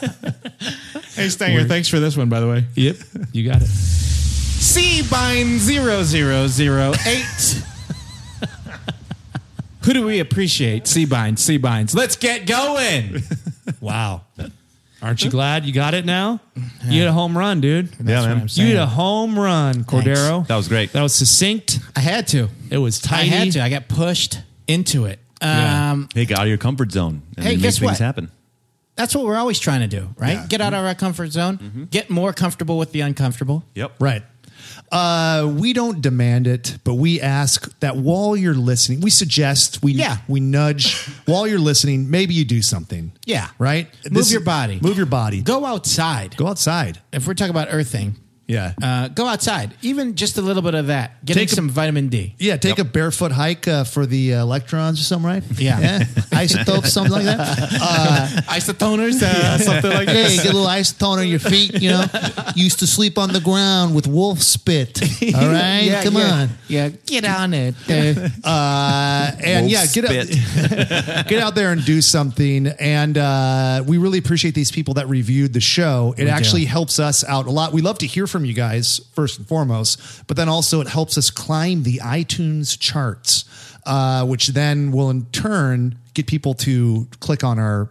are. Uh, Hey, Stanger, thanks for this one, by the way. Yep, you got it. C bind 0008. Who do we appreciate? Seabinds, Seabinds. Let's get going. Wow. Aren't you glad you got it now? You hit a home run, dude. yeah, man. You hit a home run, Cordero. That was great. That was succinct. I had to. It was I tidy. had to. I got pushed into it. Yeah. Um, Hey, get out of your comfort zone and Hey, make guess things what? happen. That's what we're always trying to do, right? Get out of our comfort zone, get more comfortable with the uncomfortable. Yep. Right. Uh, we don't demand it, but we ask that while you're listening, we suggest, we Yeah. we nudge while you're listening. Maybe you do something. Yeah. Right. Move your body. Move your body. Go outside. Go outside. If we're talking about earthing, Yeah. uh, go outside. Even just a little bit of that. Getting Take a- some vitamin D. yeah. Take a barefoot hike uh, for the uh, electrons or something, right? Yeah. Isotopes, something like that. Uh, Isotoners, uh, something like Hey, get a little isotone on your feet, you know. Used to sleep on the ground with wolf spit. All right, Yeah, come yeah. on. Yeah, get on it. Uh, Uh, and Wolf yeah, get spit. out, get out there and do something. And uh, we really appreciate these people that reviewed the show. It actually helps us out a lot. We love to hear from you guys first and foremost, but then also it helps us climb the iTunes charts, uh, which then will in turn get people to click on our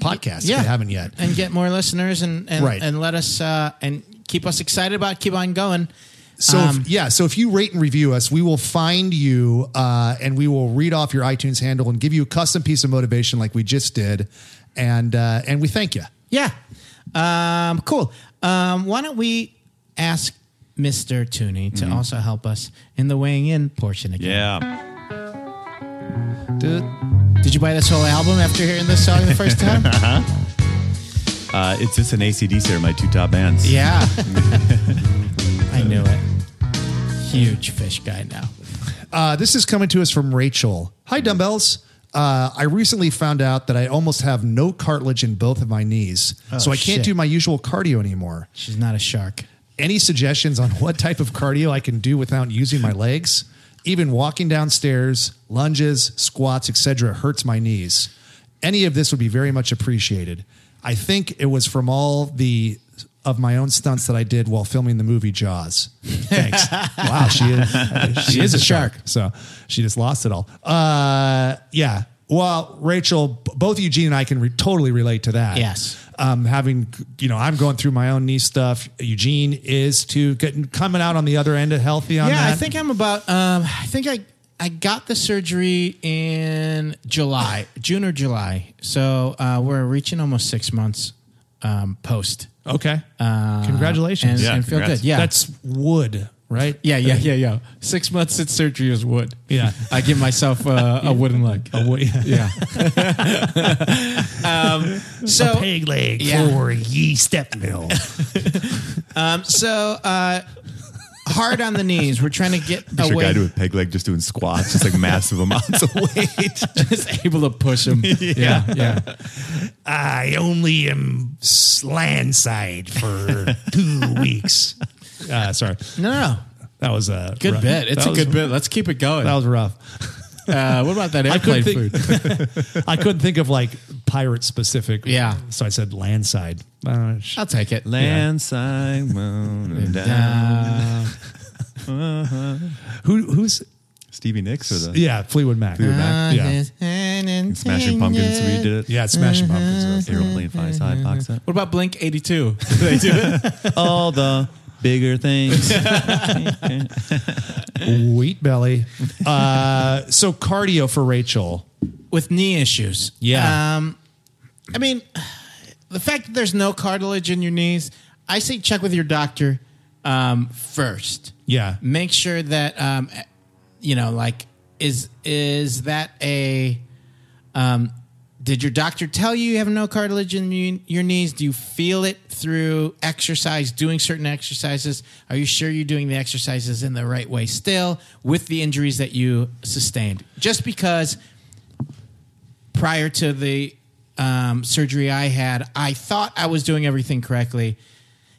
podcast if Yeah. they haven't yet. and get more listeners and and, Right. and let us uh, and keep us excited about it, keep on going. So Um, if, yeah, so if you rate and review us, we will find you uh, and we will read off your iTunes handle and give you a custom piece of motivation like we just did, and uh, and we thank you. Yeah. Um, cool. Um, why don't we ask Mr. Tooney to also help us in the weighing in portion again? Yeah. Did you buy this whole album after hearing this song the first time? Uh, it's just an ACDC are my two top bands. yeah. I knew it. Huge fish guy now. Uh, this is coming to us from Rachel. Hi, dumbbells. Uh, I recently found out that I almost have no cartilage in both of my knees, so I can't Oh, shit. do my usual cardio anymore. She's not a shark. Any suggestions on what type of cardio I can do without using my legs? Even walking downstairs, lunges, squats, etc. hurts my knees. Any of this would be very much appreciated. I think it was from all the of my own stunts that I did while filming the movie Jaws. Thanks. wow, she is she is a shark. So she just lost it all. Uh yeah. Well, Rachel, b- both Eugene and I can re- totally relate to that Yes. um, having you know I'm going through my own knee stuff. Eugene is too getting coming out on the other end of healthy on yeah, that. I think I'm about. Um, I think I I got the surgery in July, June or July. So uh, we're reaching almost six months um, post. okay. Uh, and, Congratulations. Yeah, and feel congrats. good. Yeah, That's wood, right? yeah, yeah, yeah, yeah. Six months since surgery was wood. Yeah. I give myself uh, a wooden leg. A wood, yeah. Yeah. um, so Pig leg Yeah. for ye step mill. so uh, hard on the knees. We're trying to get Picture a away. guy with peg leg just doing squats, just like massive amounts of weight. Just able to push him. yeah, yeah. I only am land side for two weeks. Uh, sorry, No, no, no. that was a Good rough- bit. It's that a was- good bit. Let's keep it going. That was rough. Uh, what about that airplane couldn't food? I couldn't think of like pirate specific. Yeah. So I said landside. Uh, sh- I'll take it. Land Simon and down. Uh, who who's Stevie Nicks or the yeah Fleetwood Mac. Fleetwood Ah, Mac. Yeah. Smashing Pumpkins? We did it. Yeah, it's Smashing Pumpkins. Aeroplane flies high, box set. what about Blink 82? All the bigger things. Wheat belly. Uh, so cardio for Rachel. With knee issues. Yeah. Um, I mean, the fact that there's no cartilage in your knees, I say check with your doctor um, first. Yeah. Make sure that, um, you know, like, is is that a. Um, did your doctor tell you you have no cartilage in your- your knees? Do you feel it through exercise, doing certain exercises? Are you sure you're doing the exercises in the right way still with the injuries that you sustained? Just because prior to the um, surgery I had, I thought I was doing everything correctly,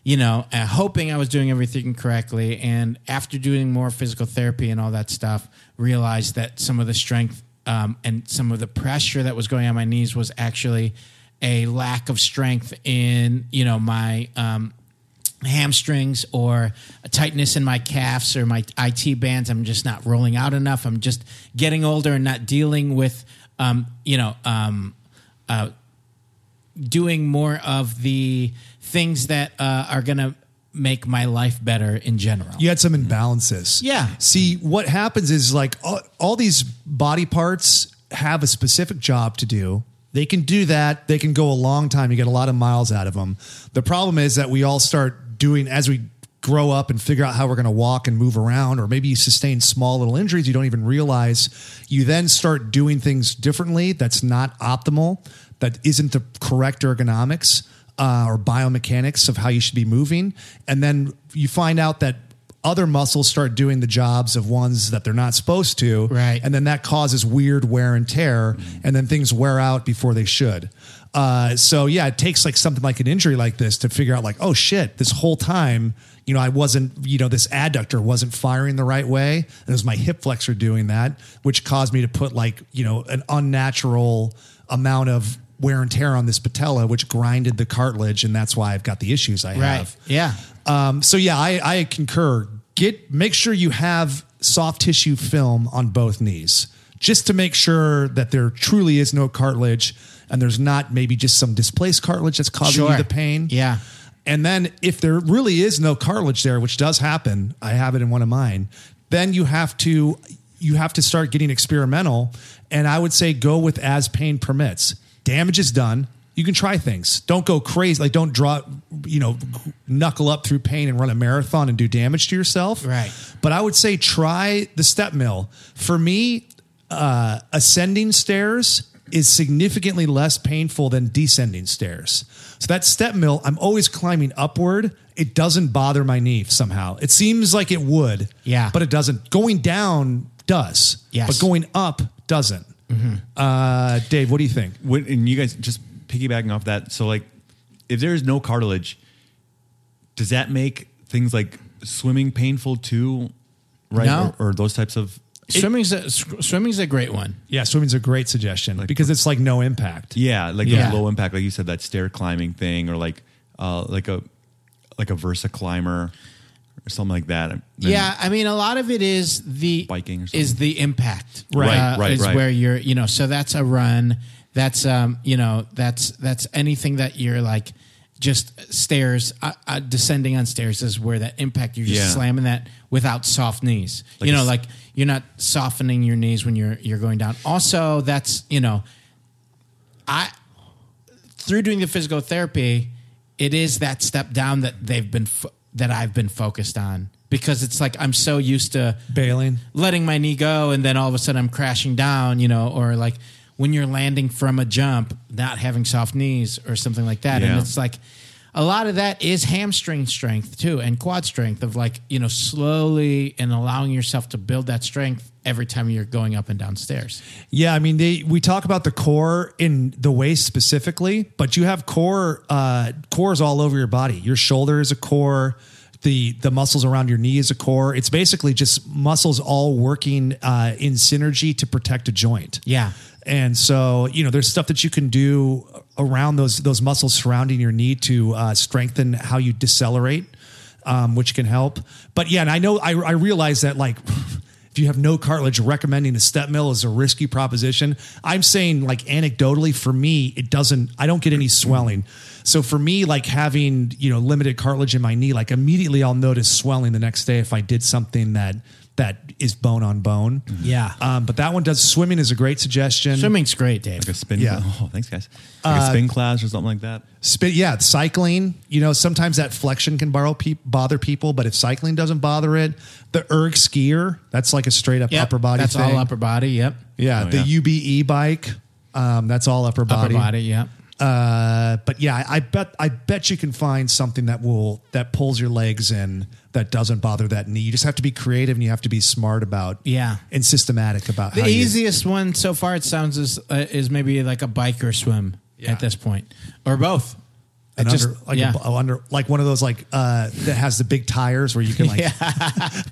you know, uh, hoping I was doing everything correctly. And after doing more physical therapy and all that stuff, realized that some of the strength um, and some of the pressure that was going on my knees was actually a lack of strength in, you know, my um, hamstrings or a tightness in my calves or my IT bands. I'm just not rolling out enough. I'm just getting older and not dealing with, um, you know, um, uh, doing more of the things that uh, are going to make my life better in general. you had some imbalances. Yeah. See, what happens is like all, all these body parts have a specific job to do. They can do that. They can go a long time. You get a lot of miles out of them. The problem is that we all start doing as we grow up and figure out how we're going to walk and move around, or maybe you sustain small little injuries you don't even realize. You then start doing things differently that's not optimal, that isn't the correct ergonomics uh, or biomechanics of how you should be moving. And then you find out that other muscles start doing the jobs of ones that they're not supposed to. Right. Mm-hmm. And then that causes weird wear and tear, and then things wear out before they should. Uh, so yeah, it takes like something like an injury like this to figure out like, oh shit, this whole time, you know, I wasn't, you know, this adductor wasn't firing the right way. And it was my hip flexor doing that, which caused me to put like, you know, an unnatural amount of wear and tear on this patella, which grinded the cartilage. And that's why I've got the issues I Right. have. Yeah. Um, so yeah, I, I concur. Get make sure you have soft tissue film on both knees, just to make sure that there truly is no cartilage and there's not maybe just some displaced cartilage that's causing you Sure. the pain. Yeah. And then if there really is no cartilage there, which does happen, I have it in one of mine, then you have to you have to start getting experimental. And I would say go with as pain permits. Damage is done. You can try things. Don't go crazy. Like don't draw, you know, knuckle up through pain and run a marathon and do damage to yourself. Right. But I would say try the step mill. For me, uh, ascending stairs is significantly less painful than descending stairs. So that step mill, I'm always climbing upward. It doesn't bother my knee somehow. It seems like it would. Yeah. But it doesn't. Going down does. Yes. But going up doesn't. Uh, Dave, what do you think? When, and you guys just piggybacking off that. So like, if there is no cartilage, does that make things like swimming painful too? Right? No. Or, or those types of. swimming's a, sw- swimming's a great one. Yeah, swimming's a great suggestion because it's like no impact. Yeah, like Yeah. the low impact, like you said, that stair climbing thing, or like, uh, like a, like a Versa climber, or something like that. Then- yeah, I mean, a lot of it is the Biking or something. is the impact, Right, Uh, right, is right. where you're, you know. So that's a run. That's um, you know, that's that's anything that you're like, just stairs, uh, uh, descending on stairs is where that impact. You're just Yeah. slamming that without soft knees. you a know, s- like you're not softening your knees when you're you're going down. Also, that's you know, I through doing the physical therapy, it is that step down that they've been fo- that I've been focused on because it's like I'm so used to Bailing. letting my knee go and then all of a sudden I'm crashing down, you know, or like when you're landing from a jump, not having soft knees or something like that. Yeah. And it's like a lot of that is hamstring strength too and quad strength of like, you know, slowly and allowing yourself to build that strength every time you're going up and down stairs. Yeah, I mean, they, we talk about the core in the waist specifically, but you have core uh, cores all over your body. Your shoulder is a core. The, the muscles around your knee is a core. It's basically just muscles all working uh, in synergy to protect a joint. Yeah. And so, you know, there's stuff that you can do around those those muscles surrounding your knee to uh, strengthen how you decelerate, um, which can help. But yeah, and I know I, I realize that like if you have no cartilage, recommending a step mill is a risky proposition. I'm saying like anecdotally for me, it doesn't. I don't get any swelling. So for me, like having you know limited cartilage in my knee, like immediately I'll notice swelling the next day if I did something that that is bone on bone. Mm-hmm. Yeah. Um, but that one does. Swimming is a great suggestion. Swimming's great, Dave. like a spin. Yeah. Oh, thanks, guys. Like Uh, a spin class or something like that. Spit, yeah, cycling. You know, sometimes that flexion can borrow peop bother people, but if cycling doesn't bother it, the erg skier, that's like a straight up Yep. upper body. That's thing. all upper body. Yep. Yeah, Oh, the yeah. UBE bike, um, that's all upper body. Upper body. Yep. Uh, but yeah, I, I bet I bet you can find something that will that pulls your legs in that doesn't bother that knee. You just have to be creative and you have to be smart about Yeah. and systematic about The how you- easiest one so far, it sounds, is uh, is maybe like a bike or swim at this point, or both. And It just- under, like yeah. a, oh, under like one of those like uh, that has the big tires where you can like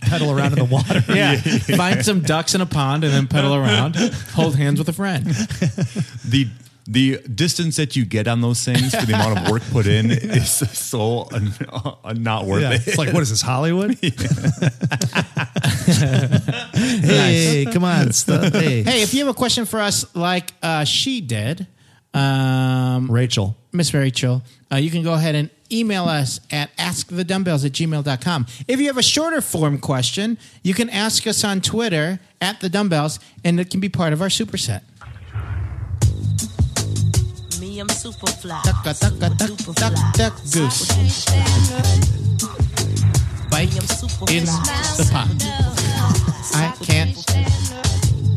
pedal around in the water. yeah. Find some ducks in a pond and then pedal around. Hold hands with a friend. The the distance that you get on those things for the amount of work put in is so un, uh, not worth Yeah, it. it's like what is this Hollywood? Hey, come on, stuff. Hey. Hey, if you have a question for us, like uh, she did, um, Rachel, Miss Rachel, uh, you can go ahead and email us at askthedumbbells at gmail.com. If you have a shorter form question, you can ask us on Twitter at the dumbbells, and it can be part of our superset. Me, I'm super fly. Tucka, tucka, tuck, Super tuck, fly. tuck, goose. Bike Me, I'm super in fly. the pond. I can't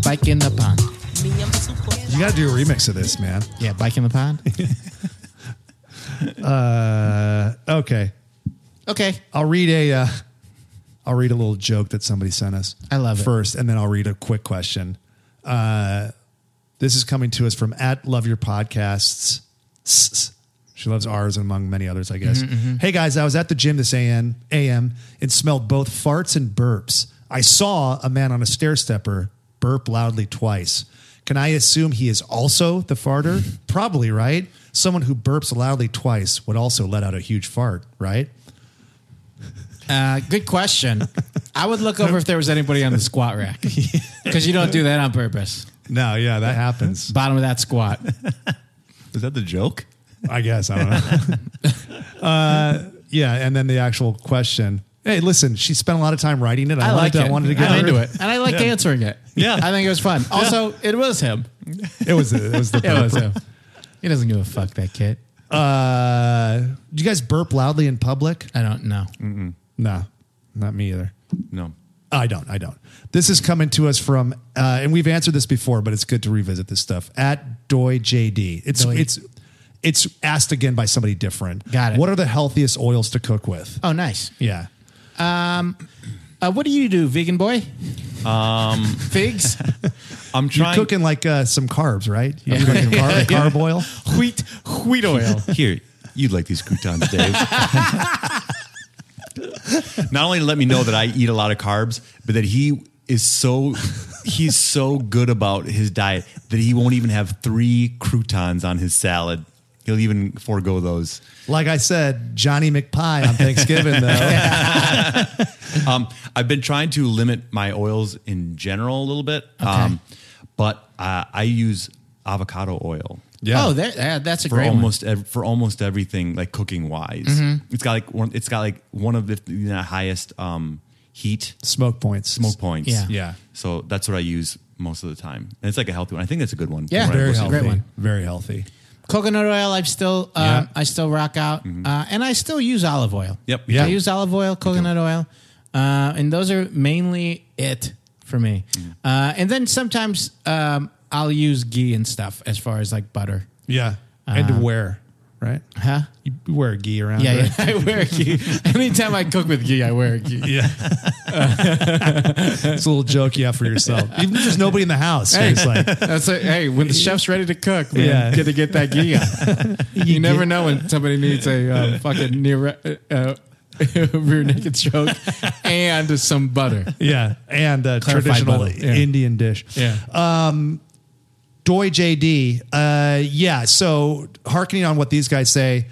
bike in the pond. Me, I'm super you fly. got to do a remix of this, man. Yeah, bike in the pond. Okay, Okay. I'll read a uh, I'll read a little joke that somebody sent us. I love it. first, and then I'll read a quick question. Uh, this is coming to us from at Love Your Podcasts. She loves ours among many others, I guess. Mm-hmm, Hey guys, I was at the gym this AM, AM and smelled both farts and burps. I saw a man on a stair stepper burp loudly twice. Can I assume he is also the farter? Probably, right? Someone who burps loudly twice would also let out a huge fart, right? Uh, good question. I would look over if there was anybody on the squat rack because you don't do that on purpose. No, yeah, that happens. Bottom of that squat. Is that the joke? I guess I don't know. uh, yeah, and then the actual question. Hey, listen, she spent a lot of time writing it. I, I liked like it. it. I wanted to get I'm her- into it, and I liked answering it. Yeah. I think it was fun. Also, it was him. It was it was the It was burp. him. He doesn't give a fuck that kid. Uh, do you guys burp loudly in public? I don't know. No, not me either. No. I don't. I don't. This is coming to us from, uh, and we've answered this before, but it's good to revisit this stuff at Doi JD. It's Doi. it's it's asked again by somebody different. Got it. What are the healthiest oils to cook with? Oh, nice. Yeah. Oh, Uh, what do you do, vegan boy? Um, Figs, I'm You're trying. cooking like uh, some carbs, right? You're cooking car- carb oil. wheat, wheat oil. Here, you'd like these croutons, Dave. Not only to let me know that I eat a lot of carbs, but that he is so he's so good about his diet that he won't even have three croutons on his salad. He'll even forego those. Like I said, Johnny McPie on Thanksgiving, though. Um, I've been trying to limit my oils in general a little bit, um, but uh, I use avocado oil. Oh, that, that- that's a for great one. almost ev- for almost everything like cooking wise. Mm-hmm. It's got like one, it's got like one of the, the highest um, heat Smoke points. smoke points. Yeah. Yeah. So that's what I use most of the time, and it's like a healthy one. I think that's a good one. Yeah, Right. very We'll see. healthy. Great one. Very healthy. coconut oil. I've still uh, Yeah. I still rock out, uh, and I still use olive oil. Yep. Yeah. I use olive oil, coconut oil, uh, and those are mainly it for me. Uh, and then sometimes um, I'll use ghee and stuff as far as like butter. Yeah. and to wear, right? Huh? You wear a gi around. Yeah, right? yeah. I wear a ghee. Anytime I cook with ghee, I wear a ghee. It's a little joke you have for yourself. Even if there's nobody in the house. It's like, That's it. hey, when the chef's ready to cook, man, Yeah. get to get that gear. you never know when somebody needs a uh, fucking near uh, rear naked stroke and some butter. yeah. And a Clarified traditional butter. Yeah. Indian dish. Yeah. Doi JD. Uh, yeah. So, hearkening on what these guys say,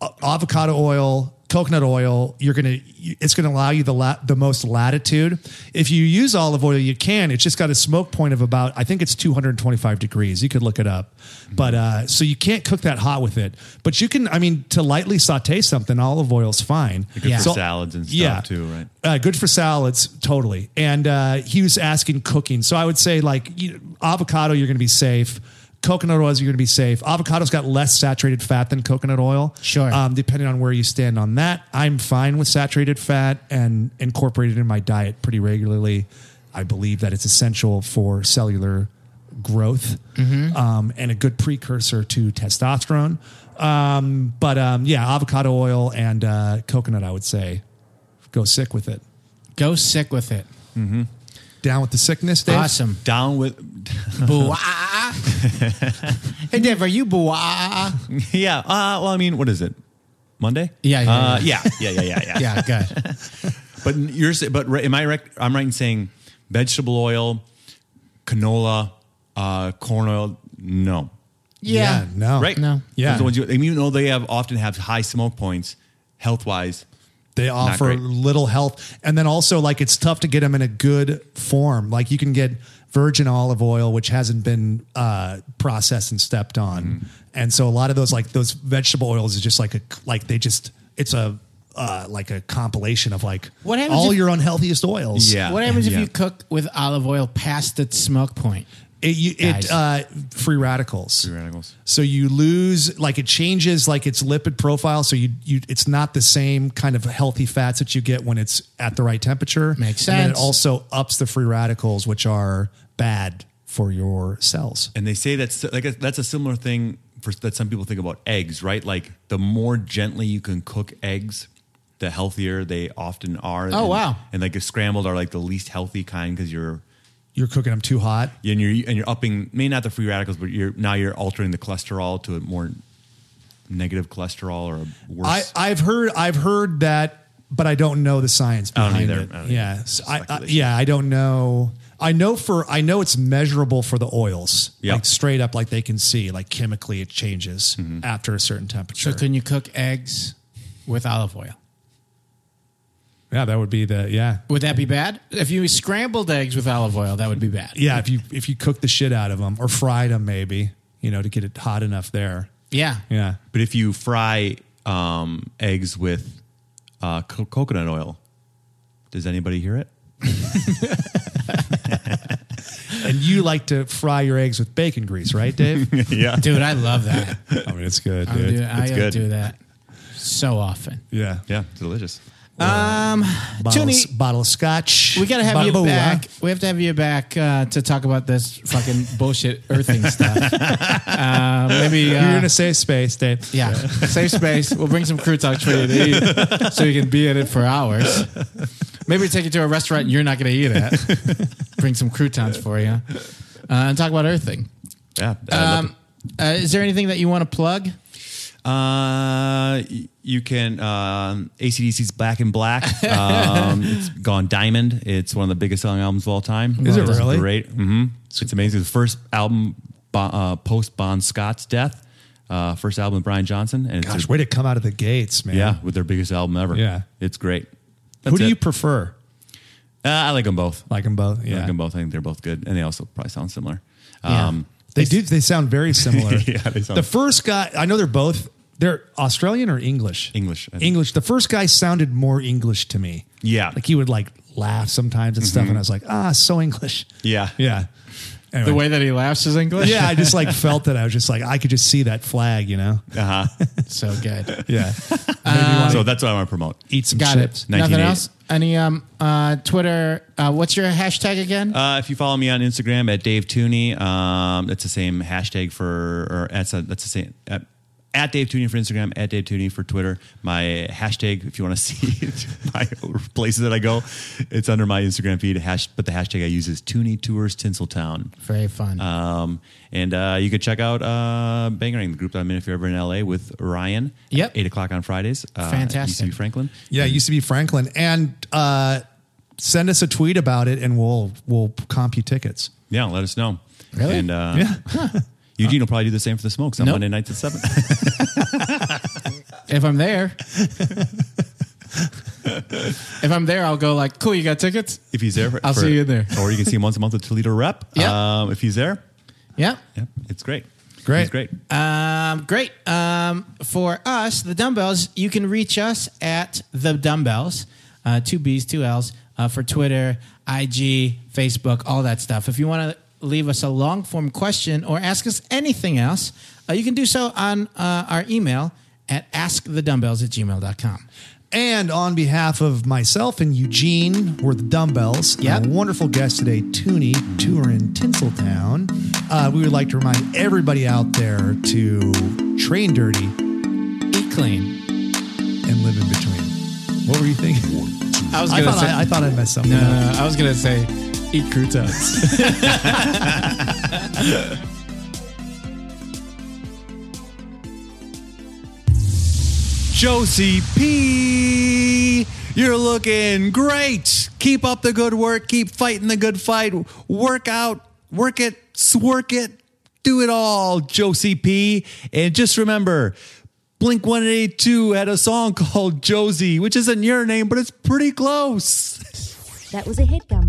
uh, avocado oil, coconut oil, you're gonna. you- It's gonna allow you the la- the most latitude. If you use olive oil, you can. It's just got a smoke point of about. I think it's 225 degrees. You could look it up. Mm-hmm. But uh, so you can't cook that hot with it. But you can. I mean, to lightly saute something, olive oil's fine. Good for So- salads and stuff too, right? uh, good for salads, totally. And uh, he was asking cooking, so I would say like you avocado, you're going to be safe. Coconut oil, you're going to be safe. Avocado's got less saturated fat than coconut oil. Sure. Um, depending on where you stand on that, I'm fine with saturated fat and incorporated in my diet pretty regularly. I believe that it's essential for cellular growth um, and a good precursor to testosterone. Um, but um, yeah, avocado oil and uh, coconut, I would say, go sick with it. Go sick with it. Down with the sickness, Dave. Awesome. Down with, Boo. hey Dave, are you boo? yeah. Uh, well, I mean, what is it? Monday? Yeah, yeah, uh, yeah, yeah, yeah, yeah, yeah. Yeah, good. But you're sa- but right- am I right? I'm right in saying vegetable oil, canola, uh, corn oil. No, Yeah. no. right? No. Yeah. Those are the ones you, I mean, even though they have often have high smoke points, health wise. They offer great. little health. And then also, like, it's tough to get them in a good form. Like, you can get virgin olive oil, which hasn't been uh, processed and stepped on. Mm-hmm. And so, a lot of those, like, those vegetable oils is just like a, like, they just, it's a, uh, like a compilation of like What happens all if- your unhealthiest oils. Yeah. What happens if Yeah. you cook with olive oil past its smoke point? It, you, Guys. it uh, free radicals. Free radicals. So you lose like it changes like its lipid profile. So you you it's not the same kind of healthy fats that you get when it's at the right temperature. Makes And then it sense. also ups the free radicals, which are bad for your cells. And they say that's like a, that's a similar thing for that some people think about eggs, right? Like the more gently you can cook eggs, the healthier they often are. Oh, and, wow. And like a scrambled are like the least healthy kind because you're You're cooking them too hot. and you're and you're upping maybe not the free radicals, but you're now you're altering the cholesterol to a more negative cholesterol or a I, worse. I've heard I've heard that, but I don't know the science I don't behind either. it. I don't yeah, either. So I, I, Speculation. yeah, I don't know. I know for I know it's measurable for the oils, Yeah. like straight up, like they can see, like chemically it changes Mm-hmm. after a certain temperature. So can you cook eggs with olive oil? yeah, that would be the yeah. Would that be bad? If you scrambled eggs with olive oil, that would be bad. Yeah, if you if you cook the shit out of them or fried them, maybe you know to get it hot enough there. Yeah. Yeah, but if you fry um, eggs with uh, co- coconut oil, does anybody hear it? and you like to fry your eggs with bacon grease, right, Dave? yeah. Dude, I love that. I mean, it's good, I do, I it's good. do that so often. Yeah, Yeah, it's delicious. bottle, Tony- of, bottle of scotch. We got to have Bubble, you huh? back. We have to have you back uh, to talk about this fucking bullshit earthing stuff. Uh, maybe. Uh, You're in a safe space, Dave. yeah, safe space. We'll bring some croutons for you to eat, so you can be in it for hours. Maybe take you to a restaurant and you're not going to eat at. Bring some croutons for you. Uh, and talk about Earthing. Yeah. I love Um, uh, is there anything that you want to plug? Uh, y- you can um, ACDC's Black and Black. Um, it's gone diamond. It's one of the biggest selling albums of all time. Is it It's really? Great. hmm It's amazing. The first album bo- uh, post Bon Scott's death. Uh, first album with Brian Johnson. And it's Gosh, their- way to come out of the gates, man. yeah, with their biggest album ever. Yeah. it's great. Who do it. you prefer? Uh, I like them both. Like them both. I Yeah. like them both. I think they're both good, and they also probably sound similar. Yeah. Um, They do. They sound very similar. Yeah, they sound- The first guy, I know they're both. They're Australian or English? English, I think. English. The first guy sounded more English to me. Yeah. Mm-hmm. Like he would like laugh sometimes and stuff, and I was like, ah, so English. Yeah. Yeah. The way that he laughs is English. Yeah, I just like felt that I was just like I could just see that flag, you know. Uh-huh. so good. Yeah, so that's what I want to promote. eat some Got chips. it. Nothing 1980. else. Any um uh Twitter? Uh, what's your hashtag again? Uh, if you follow me on Instagram at Dave Tooney, um, that's the same hashtag for, or that's, a, that's the same. At, at Dave Tooney for Instagram, at Dave Tooney for Twitter. My hashtag, if you want to see my places that I go, it's under my Instagram feed. Hash, but the hashtag I use is Tooney Tours Tinseltown. Very fun. Um, and uh, you could check out uh, Bangering, the group that I'm in if you're ever in LA with Ryan. Yep. At 8 o'clock on Fridays. Uh, Fantastic. UCB Franklin. Yeah, it used to be Franklin, and uh, send us a tweet about it, and we'll we'll comp you tickets. Yeah, let us know. Really? And uh, Eugene will probably do the same for the smokes on Nope. Monday nights at 7. if I'm there, if I'm there, I'll go like, cool. You got tickets? If he's there, for, I'll for- see you there. Or you can see him once a month at Toledo Rep. Yeah. Um, if he's there, Yeah. yeah, it's great. Great. It's great. Um, great. Um, for us, the dumbbells, you can reach us at the dumbbells, uh, two B's, two L's, uh, for Twitter, IG, Facebook, all that stuff. If you want to leave us a long form question or ask us anything else, uh, you can do so on uh, our email at askthedumbbells at gmail.com. And on behalf of myself and Eugene, we're the Dumbbells. and Yep. our wonderful guest today, Toonie, tour in Tinseltown. Uh, we would like to remind everybody out there to train dirty Eat clean. and live in between. What were you thinking? I was I going to thought say, I, I thought I messed something up. uh, I was gonna say eat croutons. Josie P, you're looking great. Keep up the good work. Keep fighting the good fight. Work out, work it, swork it, do it all, Josie P. And just remember, Blink 182 had a song called Josie, which isn't your name, but it's pretty close. That was a headgum